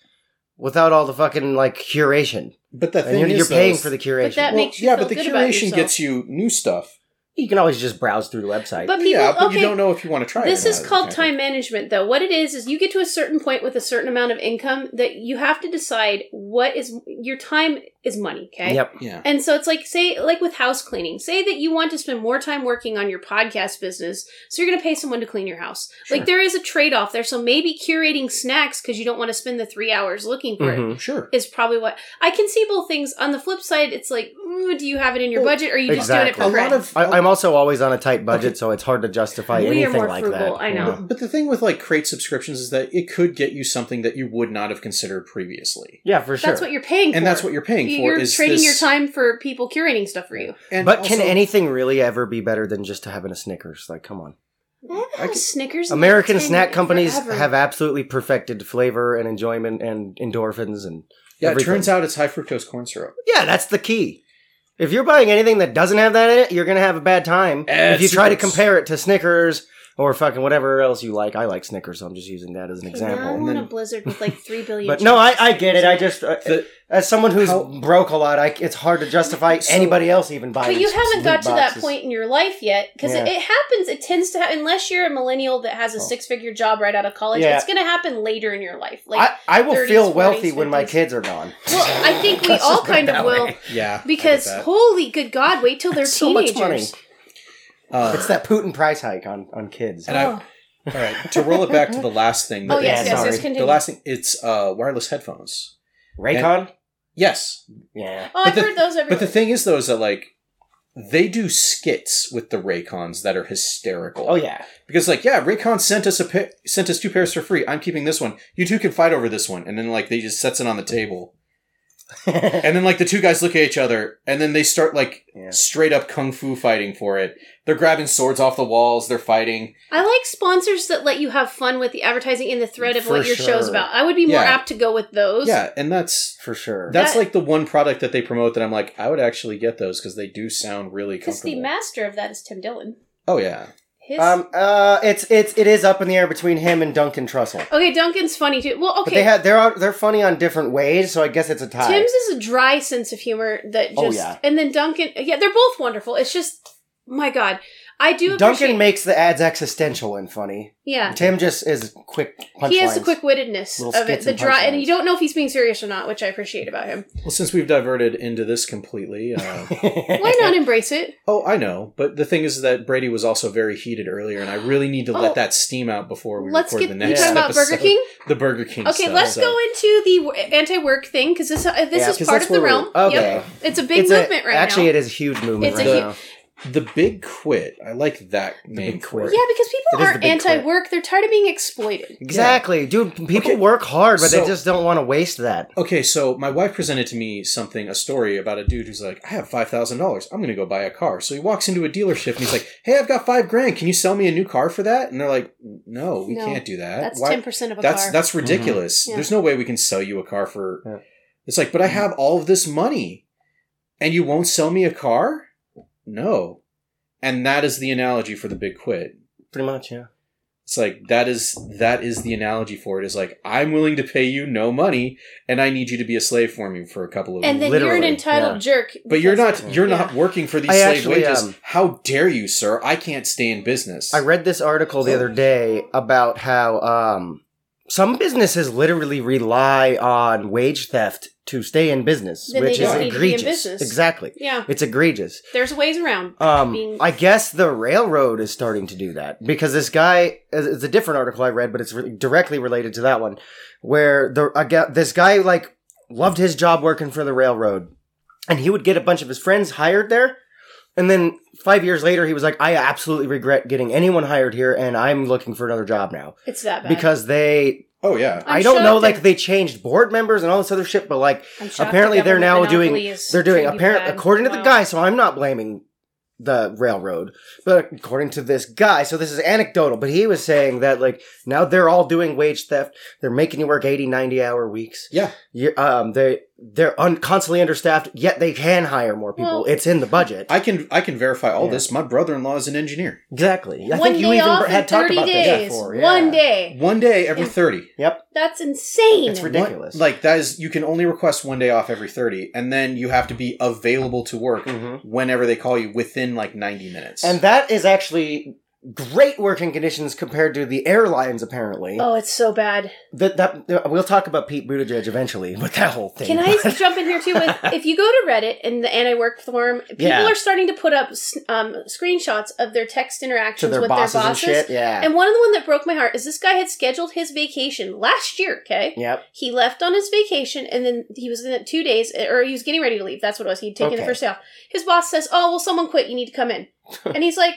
Speaker 2: without all the fucking like curation.
Speaker 4: but the
Speaker 2: And
Speaker 4: thing
Speaker 2: you're,
Speaker 4: is,
Speaker 2: you're
Speaker 4: though,
Speaker 2: paying
Speaker 4: is-
Speaker 2: for the curation.
Speaker 3: That
Speaker 4: well,
Speaker 3: makes you
Speaker 4: yeah,
Speaker 3: feel
Speaker 4: but the
Speaker 3: good about
Speaker 4: curation
Speaker 3: yourself.
Speaker 4: gets you new stuff.
Speaker 2: you can always just browse through the website.
Speaker 3: But people,
Speaker 4: yeah, but
Speaker 3: okay,
Speaker 4: you don't know if you want to try. it
Speaker 3: this
Speaker 4: or
Speaker 3: is
Speaker 4: not.
Speaker 3: called time management, though. What it is is you get to a certain point with a certain amount of income that you have to decide what is your time is money. Okay.
Speaker 2: Yep.
Speaker 4: Yeah,
Speaker 3: And so it's like, say, like with house cleaning, say that you want to spend more time working on your podcast business, so you're going to pay someone to clean your house. Like,
Speaker 4: Sure.
Speaker 3: there is a trade off there. So maybe curating snacks because you don't want to spend the three hours looking for it
Speaker 2: Mhm.
Speaker 4: sure.
Speaker 3: is probably what I can see both things. On the flip side, it's like, mm, do you have it in your
Speaker 4: Well,
Speaker 3: budget or are you just doing it
Speaker 2: exactly.
Speaker 3: for
Speaker 4: A lot
Speaker 3: cred?
Speaker 4: of
Speaker 2: I, I'm also always on a tight budget, so it's hard to justify
Speaker 3: We are
Speaker 2: anything
Speaker 3: more
Speaker 2: like
Speaker 3: frugal,
Speaker 2: that.
Speaker 3: I know.
Speaker 4: But the thing with like crate subscriptions is that it could get you something that you would not have considered previously,
Speaker 2: Yeah, for sure.
Speaker 3: that's what you're paying for.
Speaker 4: and that's what you're paying for.
Speaker 3: You're
Speaker 4: is
Speaker 3: trading
Speaker 4: this-
Speaker 3: your time for people curating stuff for you.
Speaker 4: And
Speaker 2: but can
Speaker 4: also-
Speaker 2: anything really ever be better than just having a Snickers? Like, come on.
Speaker 4: I could-
Speaker 3: Snickers. and
Speaker 2: American
Speaker 3: Nintendo
Speaker 2: snack companies
Speaker 3: forever.
Speaker 2: have absolutely perfected flavor and enjoyment and endorphins and
Speaker 4: Yeah, it
Speaker 2: everything.
Speaker 4: turns out it's high fructose corn syrup.
Speaker 2: yeah, that's the key. If you're buying anything that doesn't have that in it, you're gonna have a bad time.
Speaker 4: Add
Speaker 2: if you try to
Speaker 4: Snickers.
Speaker 2: compare it to Snickers or fucking whatever else you like. I like Snickers, so I'm just using that as an
Speaker 3: Okay, Now I
Speaker 2: example.
Speaker 4: And
Speaker 3: want a
Speaker 4: then-
Speaker 3: blizzard with like three billion.
Speaker 2: But no, I, I get it. I just uh,
Speaker 4: The-
Speaker 2: as someone who's
Speaker 4: How-
Speaker 2: broke a lot, I, it's hard to justify
Speaker 4: So-
Speaker 2: anybody else even buying.
Speaker 3: But you haven't
Speaker 2: loot
Speaker 3: got to that
Speaker 2: boxes.
Speaker 3: point in your life yet, because it,
Speaker 2: Yeah.
Speaker 3: it happens. It tends to happen unless you're a millennial that has a
Speaker 2: Oh.
Speaker 3: six figure job right out of college.
Speaker 2: Yeah.
Speaker 3: It's going to happen later in your life. Like,
Speaker 2: I, I will
Speaker 3: 30s,
Speaker 2: feel
Speaker 3: 40s,
Speaker 2: wealthy when my
Speaker 3: 50s.
Speaker 2: kids are gone.
Speaker 3: well, I think we
Speaker 2: Let's
Speaker 3: all
Speaker 2: just put it
Speaker 3: kind of
Speaker 2: that
Speaker 3: will,
Speaker 2: way.
Speaker 4: yeah, I get
Speaker 3: because
Speaker 4: that.
Speaker 3: holy good God, wait till they're
Speaker 2: That's so much
Speaker 3: teenagers.
Speaker 4: Uh,
Speaker 2: It's that Putin price hike on on kids.
Speaker 4: And I-
Speaker 3: Oh.
Speaker 4: all right. To roll it back to the last thing.
Speaker 3: Oh,
Speaker 4: that they
Speaker 3: yes,
Speaker 2: yeah,
Speaker 3: yes,
Speaker 2: sorry.
Speaker 3: yes,
Speaker 2: The
Speaker 3: continue.
Speaker 4: The last thing it's uh, wireless headphones.
Speaker 2: Raycon.
Speaker 4: Yes,
Speaker 2: Yeah.
Speaker 3: oh, I've
Speaker 4: but the-
Speaker 3: heard those everywhere.
Speaker 4: but the thing is though is that like they do skits with the Raycons that are hysterical.
Speaker 2: Oh yeah.
Speaker 4: Because like yeah, Raycon sent us a pa- sent us two pairs for free. I'm keeping this one. You two can fight over this one. And then like they just sets it on the table. And then like the two guys look at each other and then they start like
Speaker 2: Yeah.
Speaker 4: straight up kung fu fighting for it. They're grabbing swords off the walls, they're fighting.
Speaker 3: I like sponsors that let you have fun with the advertising in the thread of
Speaker 2: For
Speaker 3: what your show's
Speaker 2: sure.
Speaker 3: about. I would be more
Speaker 4: Yeah.
Speaker 3: apt to go with those.
Speaker 4: Yeah, and that's
Speaker 2: For sure.
Speaker 4: that's
Speaker 3: That-
Speaker 4: like the one product that they promote that I'm like, I would actually get those because they do sound really
Speaker 3: Because
Speaker 4: comfortable.
Speaker 3: the master of that is Tim Dillon.
Speaker 4: oh yeah.
Speaker 3: His
Speaker 2: Um. Uh. It's it's it is up in the air between him and Duncan Trussell.
Speaker 3: okay, Duncan's funny too. Well,
Speaker 2: But they
Speaker 3: okay,
Speaker 2: had they're out- they're funny on different ways, so I guess it's a tie.
Speaker 3: Tim's is a dry sense of humor that just.
Speaker 2: Oh, yeah.
Speaker 3: And then Duncan, yeah, they're both wonderful. It's just, my God, I do appreciate.
Speaker 2: Duncan makes the ads existential and funny.
Speaker 3: yeah,
Speaker 2: Tim just is quick.
Speaker 3: he has the
Speaker 2: punchlines.
Speaker 3: quick wittedness
Speaker 2: Little
Speaker 3: of it,
Speaker 2: skits
Speaker 3: the
Speaker 2: and
Speaker 3: dry, and
Speaker 2: punchlines.
Speaker 3: you don't know if he's being serious or not, which I appreciate about him.
Speaker 4: Well, since we've diverted into this completely, uh,
Speaker 3: Why not embrace it?
Speaker 4: oh, I know, but the thing is that Brady was also very heated earlier, and I really need to
Speaker 3: Oh.
Speaker 4: let that steam out before we
Speaker 3: Let's
Speaker 4: record
Speaker 3: get
Speaker 4: the
Speaker 3: you
Speaker 4: next
Speaker 3: talking about Burger
Speaker 4: episode.
Speaker 3: King.
Speaker 4: The Burger King.
Speaker 3: Okay,
Speaker 4: stuff,
Speaker 3: let's
Speaker 4: so-
Speaker 3: go into the w- anti-work thing because this uh, this
Speaker 2: Yeah,
Speaker 3: is
Speaker 2: 'cause
Speaker 3: part of
Speaker 2: that's
Speaker 3: the
Speaker 2: where
Speaker 3: realm.
Speaker 2: we're- okay.
Speaker 3: Yep. it's a big
Speaker 2: It's a-
Speaker 3: movement right
Speaker 2: Actually,
Speaker 3: now.
Speaker 2: it is a huge movement
Speaker 3: It's a
Speaker 2: right
Speaker 3: hu-
Speaker 2: now.
Speaker 4: The Big Quit. I like that name.
Speaker 2: Big
Speaker 4: for
Speaker 2: Quit.
Speaker 4: it.
Speaker 3: yeah, because
Speaker 2: It is
Speaker 3: people
Speaker 2: the big
Speaker 3: aren't
Speaker 2: quit.
Speaker 3: anti-work; they're tired of being exploited.
Speaker 2: Exactly, dude. People
Speaker 4: Okay.
Speaker 2: work hard, but
Speaker 4: So-
Speaker 2: they just don't want to waste that.
Speaker 4: Okay, so my wife presented to me something, a story about a dude who's like, I have five thousand dollars. I'm gonna go buy a car. So he walks into a dealership and he's like, Hey, I've got five grand. Can you sell me a new car for that? And they're like, No, we
Speaker 3: No,
Speaker 4: can't do
Speaker 2: Uh,
Speaker 4: that.
Speaker 3: That's
Speaker 4: Why-
Speaker 3: ten percent of a
Speaker 4: that's
Speaker 3: car. Mm-hmm.
Speaker 4: that's ridiculous.
Speaker 3: Yeah.
Speaker 4: There's no way we can sell you a car for.
Speaker 2: Yeah.
Speaker 4: It's like,
Speaker 3: Mm-hmm.
Speaker 4: but I have all of this money, and you won't sell me a car? No, and that is the analogy for the big quit.
Speaker 2: Pretty much, yeah.
Speaker 4: It's like that is that is the analogy for it. Is like I'm willing to pay you no money, and I need you to be a slave for me for a couple of.
Speaker 3: and then
Speaker 4: weeks.
Speaker 3: you're an
Speaker 2: literally,
Speaker 3: entitled
Speaker 2: yeah.
Speaker 3: jerk.
Speaker 4: but you're
Speaker 3: because-
Speaker 4: not you're
Speaker 3: Yeah.
Speaker 4: not working for these
Speaker 2: I
Speaker 4: slave
Speaker 2: actually,
Speaker 4: wages.
Speaker 2: um,
Speaker 4: How dare you, sir? I can't stay in business.
Speaker 2: I read this article the other day about how um, some businesses literally rely on wage theft to stay in business,
Speaker 3: Then they
Speaker 2: which is
Speaker 4: don't
Speaker 3: need to be in
Speaker 2: egregious.
Speaker 3: business.
Speaker 2: Exactly,
Speaker 3: Yeah,
Speaker 2: it's egregious.
Speaker 3: there's ways around.
Speaker 2: Um,
Speaker 3: Being-
Speaker 2: I guess the railroad is starting to do that because this guy. It's a different article I read, but it's re- directly related to that one, where the a guy- this guy like loved his job working for the railroad, and he would get a bunch of his friends hired there, and then five years later he was like, I absolutely regret getting anyone hired here, and I'm looking for another job now
Speaker 3: It's that bad.
Speaker 2: because they.
Speaker 4: oh yeah,
Speaker 3: I'm
Speaker 2: I'm I do not know,
Speaker 3: shocked
Speaker 2: like
Speaker 3: that-
Speaker 2: they changed board members and all this other shit, but like
Speaker 3: I'm shocked
Speaker 2: apparently
Speaker 3: the
Speaker 2: they're
Speaker 3: government
Speaker 2: now doing-
Speaker 3: monopoly is
Speaker 2: they're doing
Speaker 3: treating you
Speaker 2: apparent
Speaker 3: bad.
Speaker 2: according to the
Speaker 3: Wow.
Speaker 2: guy so i'm not blaming the railroad but according to this guy so this is anecdotal but he was saying that like now they're all doing wage theft they're making you work 80 90 hour weeks
Speaker 4: Yeah.
Speaker 2: you, um they they're un- constantly understaffed yet they can hire more people
Speaker 3: Well-
Speaker 2: it's in the budget
Speaker 4: I can I can verify all
Speaker 2: Yeah.
Speaker 4: this. My brother-in-law is an engineer.
Speaker 2: exactly i
Speaker 3: One
Speaker 2: think you
Speaker 3: day
Speaker 2: even
Speaker 3: off in
Speaker 2: had talked
Speaker 3: 30
Speaker 2: about
Speaker 3: days.
Speaker 2: this before
Speaker 3: One
Speaker 2: yeah.
Speaker 3: day.
Speaker 4: One day every thirty.
Speaker 2: yep
Speaker 3: That's insane.
Speaker 2: it's ridiculous
Speaker 4: Like that is you can only request one day off every 30 and then you have to be available to work
Speaker 2: Mhm.
Speaker 4: whenever they call you within like 90 minutes.
Speaker 2: and that is actually great working conditions compared to the airlines apparently
Speaker 3: Oh, it's so bad.
Speaker 2: That that we'll talk about Pete Buttigieg eventually with that whole thing.
Speaker 3: Can I just jump in here too? With if you go to Reddit and the anti-work forum, people
Speaker 2: Yeah.
Speaker 3: are starting to put up s- um, screenshots of their text
Speaker 2: to
Speaker 3: interactions
Speaker 2: their
Speaker 3: with
Speaker 2: bosses,
Speaker 3: their bosses.
Speaker 2: and shit? Yeah.
Speaker 3: And one of the one that broke my heart is this guy had scheduled his vacation last year. Okay,
Speaker 2: yep.
Speaker 3: he left on his vacation, and then he was in it two days, eh, or he was getting ready to leave. That's what it was. He'd taken the
Speaker 2: Okay.
Speaker 3: first day off. His boss says, "Oh, well, someone quit. You need to come in." And he's like,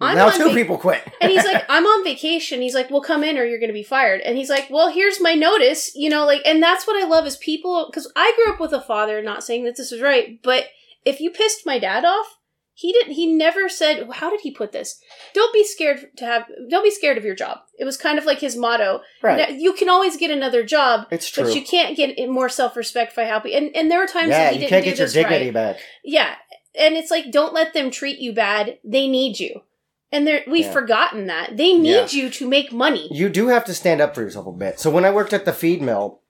Speaker 3: "I'm
Speaker 2: now
Speaker 3: on
Speaker 2: two
Speaker 3: vac-
Speaker 2: people quit.
Speaker 3: and he's like, I'm on vacation. He's like, well, come in or you're going to be fired. And he's like, well, here's my notice. You know, like, and that's what I love is people, because I grew up with a father, not saying that this is right, but if you pissed my dad off, he didn't, he never said, well, how did he put this? Don't be scared to have, don't be scared of your job. It was kind of like his motto.
Speaker 2: right.
Speaker 3: Now, You can always get another job,
Speaker 2: it's true.
Speaker 3: but you can't get more self respect by happy. And, and there were times
Speaker 2: yeah,
Speaker 3: that
Speaker 2: you
Speaker 3: he didn't
Speaker 2: can't
Speaker 3: do
Speaker 2: get your
Speaker 3: this
Speaker 2: dignity
Speaker 3: right.
Speaker 2: back.
Speaker 3: Yeah. And it's like, don't let them treat you bad. They need you. And they're, we've
Speaker 2: Yeah.
Speaker 3: forgotten that. They need you to make money.
Speaker 2: You do have to stand up for yourself a bit. So when I worked at the feed mill,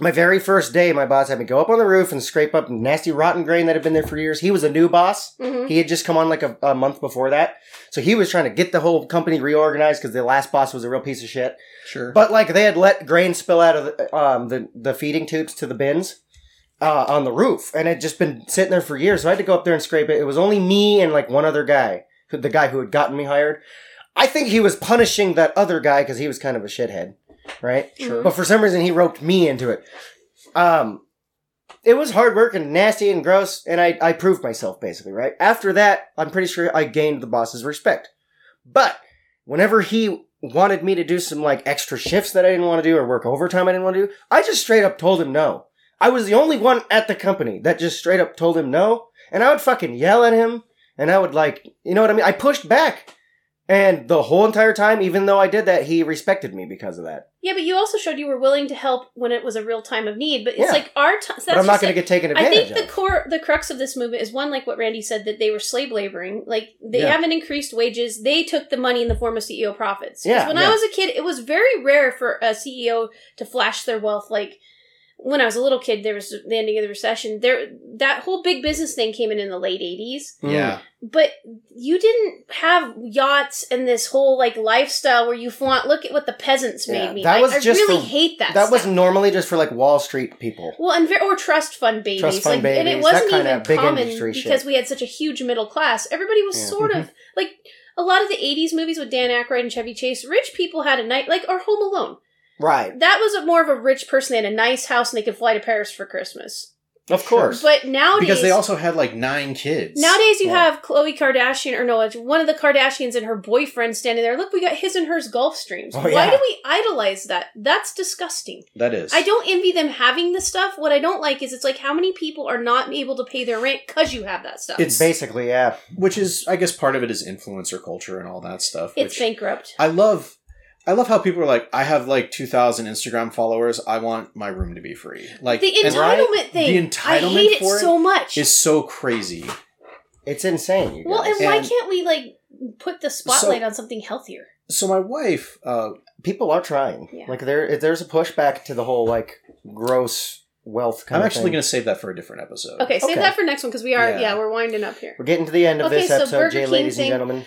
Speaker 2: my very first day, my boss had me go up on the roof and scrape up nasty rotten grain that had been there for years. He was a new boss.
Speaker 3: Mhm.
Speaker 2: He had just come on like a, a month before that. So he was trying to get the whole company reorganized because the last boss was a real piece of shit.
Speaker 4: Sure.
Speaker 2: But like they had let grain spill out of the, um, the, the feeding tubes to the bins uh, on the roof. And it had just been sitting there for years. So I had to go up there and scrape it. It was only me and like one other guy, who, the guy who had gotten me hired. I think he was punishing that other guy because he was kind of a shithead, right?
Speaker 3: Sure.
Speaker 2: But for some reason, he roped me into it. Um, it was hard work and nasty and gross, and I, I proved myself basically, right? After that, I'm pretty sure I gained the boss's respect. But whenever he wanted me to do some like extra shifts that I didn't want to do or work overtime I didn't want to do, I just straight up told him no. I was the only one at the company that just straight up told him no, and I would fucking yell at him, and I would like, you know what I mean? I pushed back. And the whole entire time, even though I did that, he respected me because of that.
Speaker 3: Yeah, but you also showed you were willing to help when it was a real time of need. But it's
Speaker 2: Yeah.
Speaker 3: like our time.
Speaker 2: but I'm not going to get taken
Speaker 3: I
Speaker 2: advantage
Speaker 3: think the
Speaker 2: of.
Speaker 3: core, the crux of this movement is one like what Randy said that they were slave laboring. Like they
Speaker 2: Yeah.
Speaker 3: haven't increased wages. They took the money in the form of CEO profits. 'Cause
Speaker 2: Yeah,
Speaker 3: When I
Speaker 2: yeah.
Speaker 3: was a kid, it was very rare for a CEO to flash their wealth. Like when I was a little kid, there was the ending of the recession. There, that whole big business thing came in in the late '80s
Speaker 4: yeah.
Speaker 3: but you didn't have yachts and this whole like lifestyle where you flaunt look at what the peasants made
Speaker 2: Yeah,
Speaker 3: me
Speaker 2: that
Speaker 3: I-
Speaker 2: was
Speaker 3: i,
Speaker 2: just
Speaker 3: really
Speaker 2: for-
Speaker 3: hate that
Speaker 2: that was
Speaker 3: stuff.
Speaker 2: normally just for like Wall Street people.
Speaker 3: well and ver- or trust fund babies
Speaker 2: Trust fund
Speaker 3: like, and it
Speaker 2: babies,
Speaker 3: wasn't
Speaker 2: that kinda
Speaker 3: even
Speaker 2: big
Speaker 3: common
Speaker 2: industry shit.
Speaker 3: because we had such a huge middle class everybody was
Speaker 2: Yeah. Mm-hmm.
Speaker 3: sort of like a lot of the 80s movies with Dan Aykroyd and Chevy Chase rich people had a night like or home alone
Speaker 2: Right.
Speaker 3: that was a more of a rich person they had a nice house and they could fly to Paris for Christmas
Speaker 2: Of course.
Speaker 3: but nowadays
Speaker 4: Because they also had like nine kids.
Speaker 3: Nowadays, you
Speaker 2: Yeah.
Speaker 3: have Khloe Kardashian, or no, it's one of the Kardashians and her boyfriend standing there. Look, we got his and hers golf streams.
Speaker 2: Oh,
Speaker 3: Why
Speaker 2: yeah.
Speaker 3: do we idolize that? That's disgusting.
Speaker 4: that is.
Speaker 3: I don't envy them having the stuff. What I don't like is it's like how many people are not able to pay their rent because you have that stuff. It's,
Speaker 4: It's
Speaker 2: Basically, yeah.
Speaker 4: which is I guess part of it is influencer culture and all that stuff. which
Speaker 3: bankrupt.
Speaker 4: I love. I love how people are like, I have like two thousand Instagram followers. I want my room to be free. Like
Speaker 3: the
Speaker 4: and
Speaker 3: entitlement thing.
Speaker 4: the
Speaker 3: I
Speaker 4: entitlement
Speaker 3: hate it
Speaker 4: for it
Speaker 3: so much.
Speaker 4: is so crazy.
Speaker 2: It's insane. You
Speaker 3: well,
Speaker 2: guys.
Speaker 3: and why
Speaker 4: and-
Speaker 3: can't we like put the spotlight on something healthier?
Speaker 4: So my wife, uh,
Speaker 2: people are trying.
Speaker 3: Yeah.
Speaker 2: Like there, if there's a pushback to the whole like gross wealth. Kind
Speaker 4: I'm
Speaker 2: of
Speaker 4: actually
Speaker 2: thing.
Speaker 4: going to save that for a different episode.
Speaker 3: Okay, save
Speaker 2: Okay.
Speaker 3: that for next one because we are yeah.
Speaker 4: Yeah.
Speaker 3: we're winding up here.
Speaker 2: We're getting to the end of
Speaker 3: Okay,
Speaker 2: this
Speaker 3: so
Speaker 2: episode,
Speaker 3: Burger
Speaker 2: Jay,
Speaker 3: King
Speaker 2: ladies
Speaker 3: thing-
Speaker 2: and gentlemen.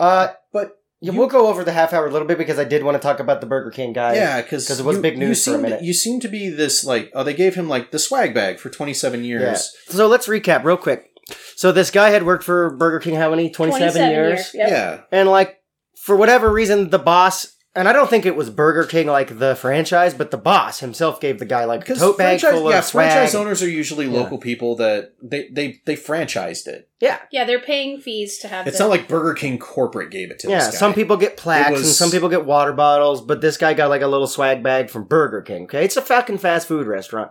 Speaker 2: Uh,
Speaker 4: but
Speaker 2: yeah,
Speaker 4: You-
Speaker 2: we'll go over the half hour a little bit because I did want to talk about the Burger King guy.
Speaker 4: yeah, because
Speaker 2: 'cause it was big news for a
Speaker 4: seem to-
Speaker 2: minute.
Speaker 4: you seem to be this like, oh, they gave him like the swag bag for 27 years.
Speaker 2: So let's recap real quick. So this guy had worked for Burger King how many? Twenty-seven, years.
Speaker 3: year, yep.
Speaker 4: Yeah,
Speaker 2: And like for whatever reason, the boss and I don't think it was Burger King like the franchise, but the boss himself gave the guy like a
Speaker 4: because
Speaker 2: tote bag
Speaker 4: franchise,
Speaker 2: full of
Speaker 4: yeah,
Speaker 2: swag.
Speaker 4: franchise owners are usually
Speaker 2: Yeah.
Speaker 4: local people that they they they franchised it.
Speaker 2: yeah,
Speaker 3: Yeah, they're paying fees to have.
Speaker 4: It's
Speaker 3: the-
Speaker 4: not like Burger King corporate gave it to
Speaker 2: yeah.
Speaker 4: this guy.
Speaker 2: Some people get plaques
Speaker 4: It was-
Speaker 2: and some people get water bottles, but this guy got like a little swag bag from Burger King. Okay, it's a fucking fast food restaurant,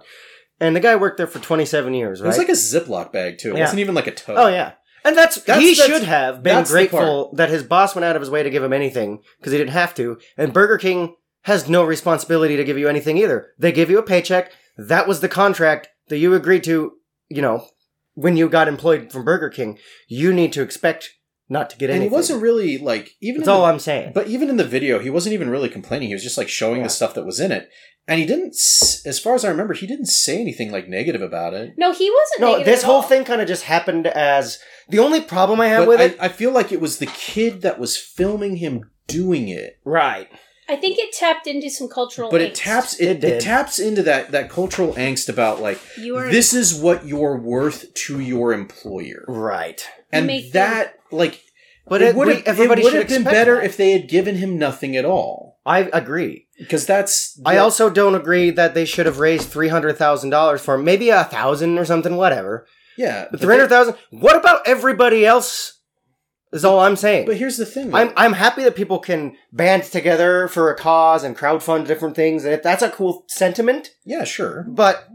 Speaker 2: and the guy worked there for twenty seven years,
Speaker 4: It was
Speaker 2: right?
Speaker 4: like a Ziploc bag too. It
Speaker 2: Yeah.
Speaker 4: wasn't even like a tote.
Speaker 2: oh yeah. And that's,
Speaker 4: That's-
Speaker 2: he
Speaker 4: that's-
Speaker 2: should have been
Speaker 4: that's the
Speaker 2: grateful that his boss went out of his way to give him anything because he didn't have to. And Burger King has no responsibility to give you anything either. They give you a paycheck. That was the contract that you agreed to. You know, when you got employed from Burger King, you need to expect not to get
Speaker 4: and
Speaker 2: anything.
Speaker 4: he wasn't really like even.
Speaker 2: That's
Speaker 4: in the-
Speaker 2: all I'm saying.
Speaker 4: But even in the video, he wasn't even really complaining. He was just like showing
Speaker 2: Yeah.
Speaker 4: the stuff that was in it, and he didn't. s- As far as I remember, he didn't say anything like negative about it.
Speaker 3: no, he wasn't.
Speaker 2: no,
Speaker 3: negative
Speaker 2: this
Speaker 3: at
Speaker 2: whole
Speaker 3: all.
Speaker 2: thing kind of just happened as the only problem I have
Speaker 4: But
Speaker 2: with
Speaker 4: I,
Speaker 2: it.
Speaker 4: I feel like it was the kid that was filming him doing it.
Speaker 2: Right.
Speaker 3: I think it tapped into some cultural.
Speaker 4: But it
Speaker 3: angst.
Speaker 4: taps
Speaker 2: It
Speaker 4: it, it,
Speaker 2: did.
Speaker 4: taps into that that cultural angst about like
Speaker 3: You are
Speaker 4: this is what you're worth to your employer,
Speaker 2: Right.
Speaker 4: and
Speaker 3: make
Speaker 4: that like
Speaker 2: But
Speaker 4: it,
Speaker 2: it,
Speaker 4: would
Speaker 2: we-
Speaker 4: have
Speaker 2: everybody
Speaker 4: it would
Speaker 2: should
Speaker 4: have been
Speaker 2: expect
Speaker 4: better
Speaker 2: that.
Speaker 4: if they had given him nothing at all
Speaker 2: I agree.
Speaker 4: because that's
Speaker 2: I also don't agree that they should have raised three hundred thousand dollars for him. maybe a thousand or something, whatever.
Speaker 4: yeah
Speaker 2: But three hundred
Speaker 4: they-
Speaker 2: thousand. What about everybody else? Is all I'm saying.
Speaker 4: But here's the thing,
Speaker 2: I'm I'm happy that people can band together for a cause and crowdfund different things, and if that's a cool sentiment.
Speaker 4: yeah, sure,
Speaker 2: But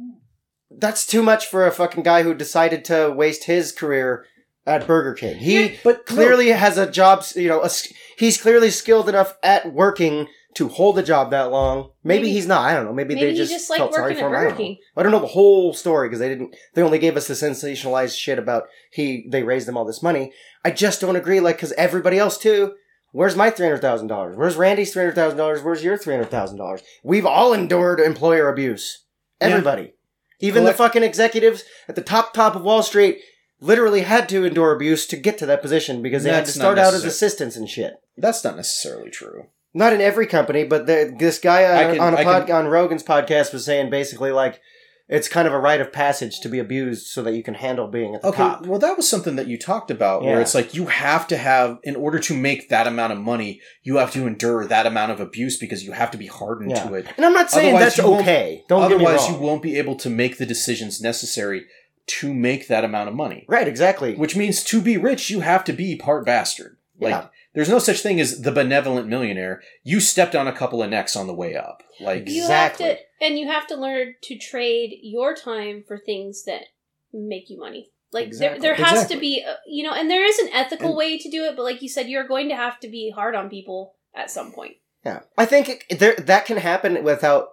Speaker 2: that's too much for a fucking guy who decided to waste his career at Burger King. He
Speaker 4: but no,
Speaker 2: clearly has a job, s- you know, a s he's clearly skilled enough at working to hold the job that long. Maybe,
Speaker 3: Maybe-
Speaker 2: he's not. I don't know. Maybe,
Speaker 3: maybe
Speaker 2: they
Speaker 3: he
Speaker 2: just,
Speaker 3: just liked
Speaker 2: felt sorry
Speaker 3: working
Speaker 2: for him.
Speaker 3: at
Speaker 2: I don't,
Speaker 3: Burger
Speaker 2: know.
Speaker 3: King.
Speaker 2: I don't know the whole story because they didn't. They only gave us the sensationalized shit about he. They raised him all this money. I just don't agree. Like because everybody else too. Where's my three hundred thousand dollars? Where's Randy's three hundred thousand dollars? Where's your three hundred thousand dollars? We've all endured employer abuse.
Speaker 4: Yeah.
Speaker 2: Everybody. Even
Speaker 4: Collect-
Speaker 2: the fucking executives at the top top of Wall Street literally had to endure abuse to get to that position because they had to
Speaker 4: That's
Speaker 2: start
Speaker 4: not
Speaker 2: out as
Speaker 4: necessar-
Speaker 2: assistants and shit.
Speaker 4: That's not necessarily true.
Speaker 2: Not in every company, but the, this guy
Speaker 4: I
Speaker 2: on,
Speaker 4: can-
Speaker 2: on a
Speaker 4: I
Speaker 2: pod,
Speaker 4: can-
Speaker 2: on Rogan's podcast was saying basically like it's kind of a rite of passage to be abused so that you can handle being at the
Speaker 4: Okay,
Speaker 2: top.
Speaker 4: well, that was something that you talked about
Speaker 2: Yeah.
Speaker 4: where it's like you have to have, in order to make that amount of money, you have to endure that amount of abuse because you have to be hardened
Speaker 2: Yeah.
Speaker 4: to it.
Speaker 2: And I'm not saying
Speaker 4: Otherwise
Speaker 2: that's
Speaker 4: you won't-
Speaker 2: okay. Don't
Speaker 4: Otherwise,
Speaker 2: get me
Speaker 4: you
Speaker 2: wrong.
Speaker 4: won't be able to make the decisions necessary to make that amount of money.
Speaker 2: Right, exactly.
Speaker 4: Which means to be rich, you have to be part bastard. Like,
Speaker 2: Yeah.
Speaker 4: there's no such thing as the benevolent millionaire. You stepped on a couple of necks on the way up. Like,
Speaker 3: You have
Speaker 2: Exactly.
Speaker 3: to, and you have to learn to trade your time for things that make you money. Like
Speaker 2: Exactly.
Speaker 3: there, there has
Speaker 4: Exactly.
Speaker 3: to be, a, you know, and there is an ethical
Speaker 4: And-
Speaker 3: way to do it, but like you said, you're going to have to be hard on people at some point.
Speaker 2: yeah. I think it, there, that can happen without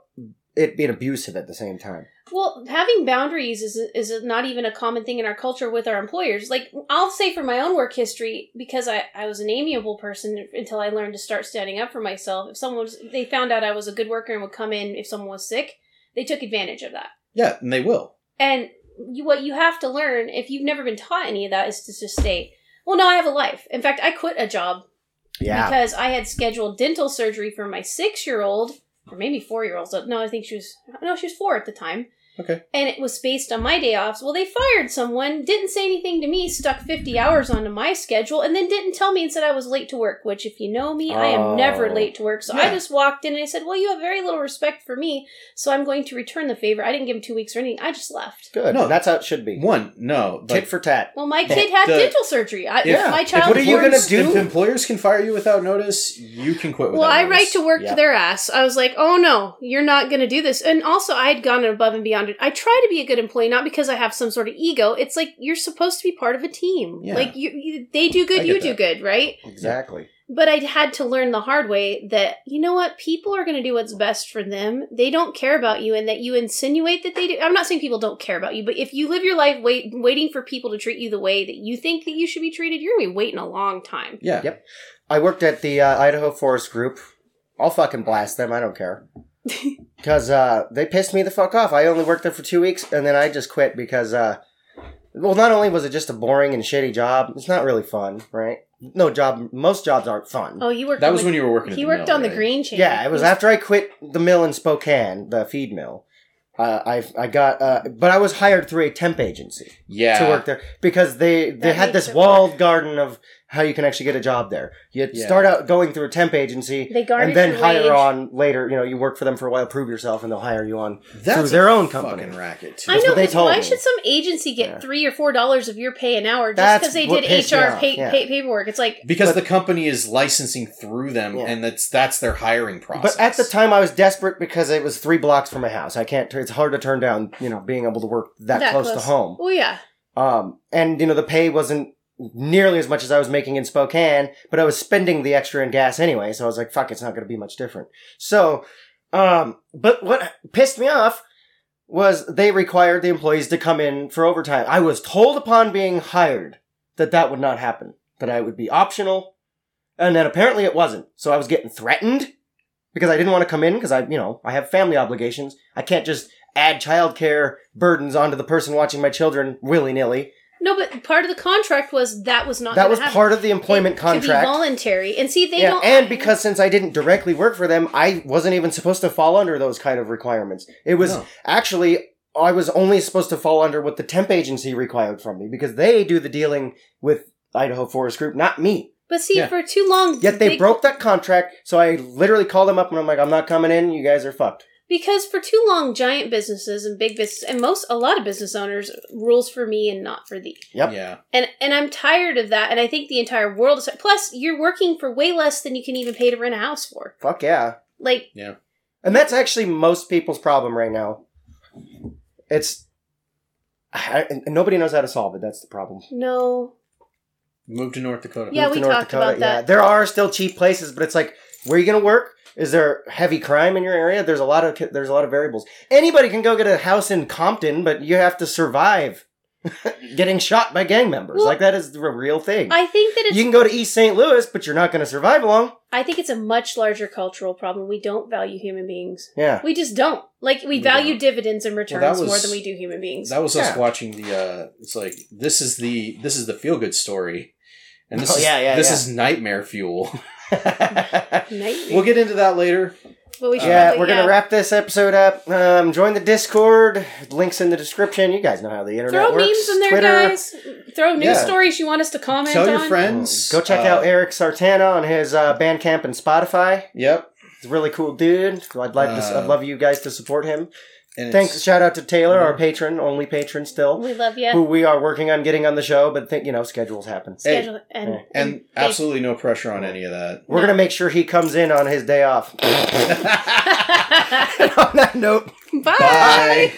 Speaker 2: it being abusive at the same time.
Speaker 3: Well, having boundaries is is not even a common thing in our culture with our employers. Like I'll say for my own work history, because I I was an amiable person until I learned to start standing up for myself. If someone was, they found out I was a good worker and would come in if someone was sick, they took advantage of that.
Speaker 4: yeah, and they will.
Speaker 3: And you, what you have to learn, if you've never been taught any of that, is to just say, well, no, I have a life. In fact, I quit a job
Speaker 2: Yeah.
Speaker 3: because I had scheduled dental surgery for my six year old, or maybe four year old. No, I think she was, no, she was four at the time.
Speaker 4: Okay.
Speaker 3: And it was based on my day offs. Well, they fired someone, didn't say anything to me, stuck 50 hours onto my schedule, and then didn't tell me and said I was late to work, which, if you know me, I
Speaker 2: Oh.
Speaker 3: am never late to work. So I
Speaker 4: Yeah.
Speaker 3: just walked in and I said, well, you have very little respect for me, so I'm going to return the favor. I didn't give him two weeks or anything. I just left.
Speaker 2: Good.
Speaker 4: No.
Speaker 2: that's how it should be.
Speaker 4: One, no.
Speaker 2: Tit for tat.
Speaker 3: Well, my
Speaker 4: But
Speaker 3: kid had
Speaker 4: the-
Speaker 3: dental surgery. I,
Speaker 4: Yeah.
Speaker 3: My
Speaker 4: Like,
Speaker 3: child.
Speaker 2: what are you
Speaker 3: born-
Speaker 2: gonna do?
Speaker 4: If employers can fire you without notice, you can quit without
Speaker 3: Well, I
Speaker 4: notice.
Speaker 3: write to work
Speaker 2: Yeah.
Speaker 3: to their ass. I was like, "Oh no, you're not going to do this." And also, I had gone above and beyond. it. I try to be a good employee, not because I have some sort of ego. It's like you're supposed to be part of a team.
Speaker 4: Yeah.
Speaker 3: Like you, you, they do good,
Speaker 4: I
Speaker 3: you
Speaker 4: get
Speaker 3: do
Speaker 4: that.
Speaker 3: good, right?
Speaker 2: Exactly.
Speaker 3: But I had to learn the hard way that you know what people are going to do what's best for them. They don't care about you, and that you insinuate that they do. I'm not saying people don't care about you, but if you live your life wait, waiting for people to treat you the way that you think that you should be treated, you're going to be waiting a long time.
Speaker 4: Yeah.
Speaker 2: Yep. I worked at the uh, Idaho Forest Group. I'll fucking blast them. I don't care. Because uh, they pissed me the fuck off. I only worked there for two weeks and then I just quit because, uh, well, not only was it just a boring and shitty job, it's not really fun, right? No job, most jobs aren't fun.
Speaker 3: Oh, you worked.
Speaker 4: That
Speaker 3: on
Speaker 4: was
Speaker 3: the-
Speaker 4: when you were working. at
Speaker 3: He
Speaker 4: the
Speaker 3: worked
Speaker 4: mill,
Speaker 3: on the
Speaker 4: right?
Speaker 3: green channel.
Speaker 2: Yeah, it was after I quit the mill in Spokane, the feed mill. Uh, I I got uh, but I was hired through a temp agency.
Speaker 4: Yeah.
Speaker 2: to work there because they they
Speaker 3: That
Speaker 2: had
Speaker 3: makes
Speaker 2: this
Speaker 3: it
Speaker 2: walled garden of how you can actually get a job there. You had to
Speaker 4: Yeah.
Speaker 2: start out going through a temp agency
Speaker 3: They garnish
Speaker 2: and then
Speaker 3: your
Speaker 2: hire
Speaker 3: wage.
Speaker 2: on later. You know, you work for them for a while, prove yourself, and they'll hire you on.
Speaker 4: That's
Speaker 2: through their
Speaker 4: a
Speaker 2: own company.
Speaker 4: Fucking racket. too.
Speaker 3: I
Speaker 2: That's
Speaker 3: know.
Speaker 2: what they
Speaker 3: 'cause
Speaker 2: told
Speaker 3: why
Speaker 2: me.
Speaker 3: should some agency get
Speaker 2: Yeah.
Speaker 3: three or four dollars of your pay an hour just
Speaker 2: That's
Speaker 3: because they
Speaker 2: what
Speaker 3: did
Speaker 2: pissed me
Speaker 3: HR
Speaker 2: off,
Speaker 3: pay,
Speaker 2: yeah.
Speaker 3: pay paperwork? It's like
Speaker 4: because
Speaker 2: But-
Speaker 4: the company is licensing through them,
Speaker 2: Yeah.
Speaker 4: and that's that's their hiring process.
Speaker 2: But at the time, I was desperate because it was three blocks from my house. I can't. It's hard to turn down. You know, being able to work that,
Speaker 3: That
Speaker 2: close, to
Speaker 3: close.
Speaker 2: home.
Speaker 3: oh yeah,
Speaker 2: Um, and you know, the pay wasn't nearly as much as I was making in Spokane, but I was spending the extra in gas anyway, so I was like, fuck, it's not gonna be much different. So, um, but what pissed me off was they required the employees to come in for overtime. I was told upon being hired that that would not happen, that I would be optional, and then apparently it wasn't. So I was getting threatened because I didn't want to come in because I, you know, I have family obligations. I can't just add childcare burdens onto the person watching my children willy nilly.
Speaker 3: no, but part of the contract was that was not
Speaker 2: That
Speaker 3: gonna
Speaker 2: was
Speaker 3: happen.
Speaker 2: part of the employment
Speaker 3: It could be
Speaker 2: contract.
Speaker 3: voluntary, and see they
Speaker 2: yeah,
Speaker 3: don't
Speaker 2: and because since I didn't directly work for them, I wasn't even supposed to fall under those kind of requirements. It was
Speaker 4: No.
Speaker 2: actually I was only supposed to fall under what the temp agency required from me because they do the dealing with Idaho Forest Group, not me.
Speaker 3: but see
Speaker 4: Yeah.
Speaker 3: for too long
Speaker 2: Yet they
Speaker 3: big-
Speaker 2: broke that contract, so I literally called them up and I'm like, I'm not coming in. You guys are fucked.
Speaker 3: because for too long giant businesses and big business and most a lot of business owners rules for me and not for thee.
Speaker 2: Yep.
Speaker 4: yeah,
Speaker 3: And and I'm tired of that, and I think the entire world is. Plus, you're working for way less than you can even pay to rent a house for.
Speaker 2: Fuck yeah.
Speaker 3: Like
Speaker 2: And that's actually most people's problem right now. It's I, and nobody knows how to solve it. That's the problem.
Speaker 3: no,
Speaker 4: moved to North Dakota.
Speaker 3: Yeah,
Speaker 2: moved
Speaker 3: we
Speaker 2: to North
Speaker 3: talked about that.
Speaker 2: There are still cheap places, but it's like, where are you going to work? Is there heavy crime in your area? There's a lot of there's a lot of variables. Anybody can go get a house in Compton, but you have to survive getting shot by gang members.
Speaker 3: Well,
Speaker 2: like that is a real thing.
Speaker 3: I think that it's.
Speaker 2: you can go to East St. Louis, but you're not going to survive long.
Speaker 3: I think it's a much larger cultural problem. We don't value human beings.
Speaker 2: Yeah.
Speaker 3: We just don't. Like we
Speaker 4: We
Speaker 3: value
Speaker 4: don't.
Speaker 3: dividends and returns
Speaker 4: that was-
Speaker 3: more than we do human beings.
Speaker 4: That was us
Speaker 2: Yeah.
Speaker 4: watching the. uh It's like this is the this is the feel good story, and this
Speaker 2: Oh,
Speaker 4: is
Speaker 2: yeah, yeah,
Speaker 4: this
Speaker 2: yeah.
Speaker 4: is nightmare fuel.
Speaker 3: Nightmare.
Speaker 4: we'll get into that later.
Speaker 3: But we should
Speaker 2: yeah,
Speaker 3: probably-
Speaker 2: we're gonna wrap this episode up. Um, join the Discord. Links in the description. You guys know how the internet
Speaker 3: Throw
Speaker 2: works.
Speaker 3: memes in there, guys. Throw news
Speaker 4: Yeah.
Speaker 3: stories you want us to comment
Speaker 4: Tell
Speaker 3: on.
Speaker 4: your friends.
Speaker 2: Go check
Speaker 4: uh,
Speaker 2: out Eric Sartana on his uh, Bandcamp and Spotify.
Speaker 4: Yep.
Speaker 2: He's a really cool dude. I'd like to.
Speaker 4: Uh,
Speaker 2: I'd love you guys to support him.
Speaker 4: And
Speaker 2: Thanks.
Speaker 4: it's- Mhm.
Speaker 2: Shout out to Taylor, our patron, only patron still,
Speaker 3: We love
Speaker 2: who
Speaker 3: you.
Speaker 2: we are working on getting on the show. But think you know schedules happen.
Speaker 4: Hey.
Speaker 3: Schedule and,
Speaker 2: Yeah.
Speaker 4: And absolutely no pressure on any of that.
Speaker 2: We're
Speaker 3: No.
Speaker 2: gonna make sure he comes in on his day off. on that note.
Speaker 3: Bye.
Speaker 4: Bye.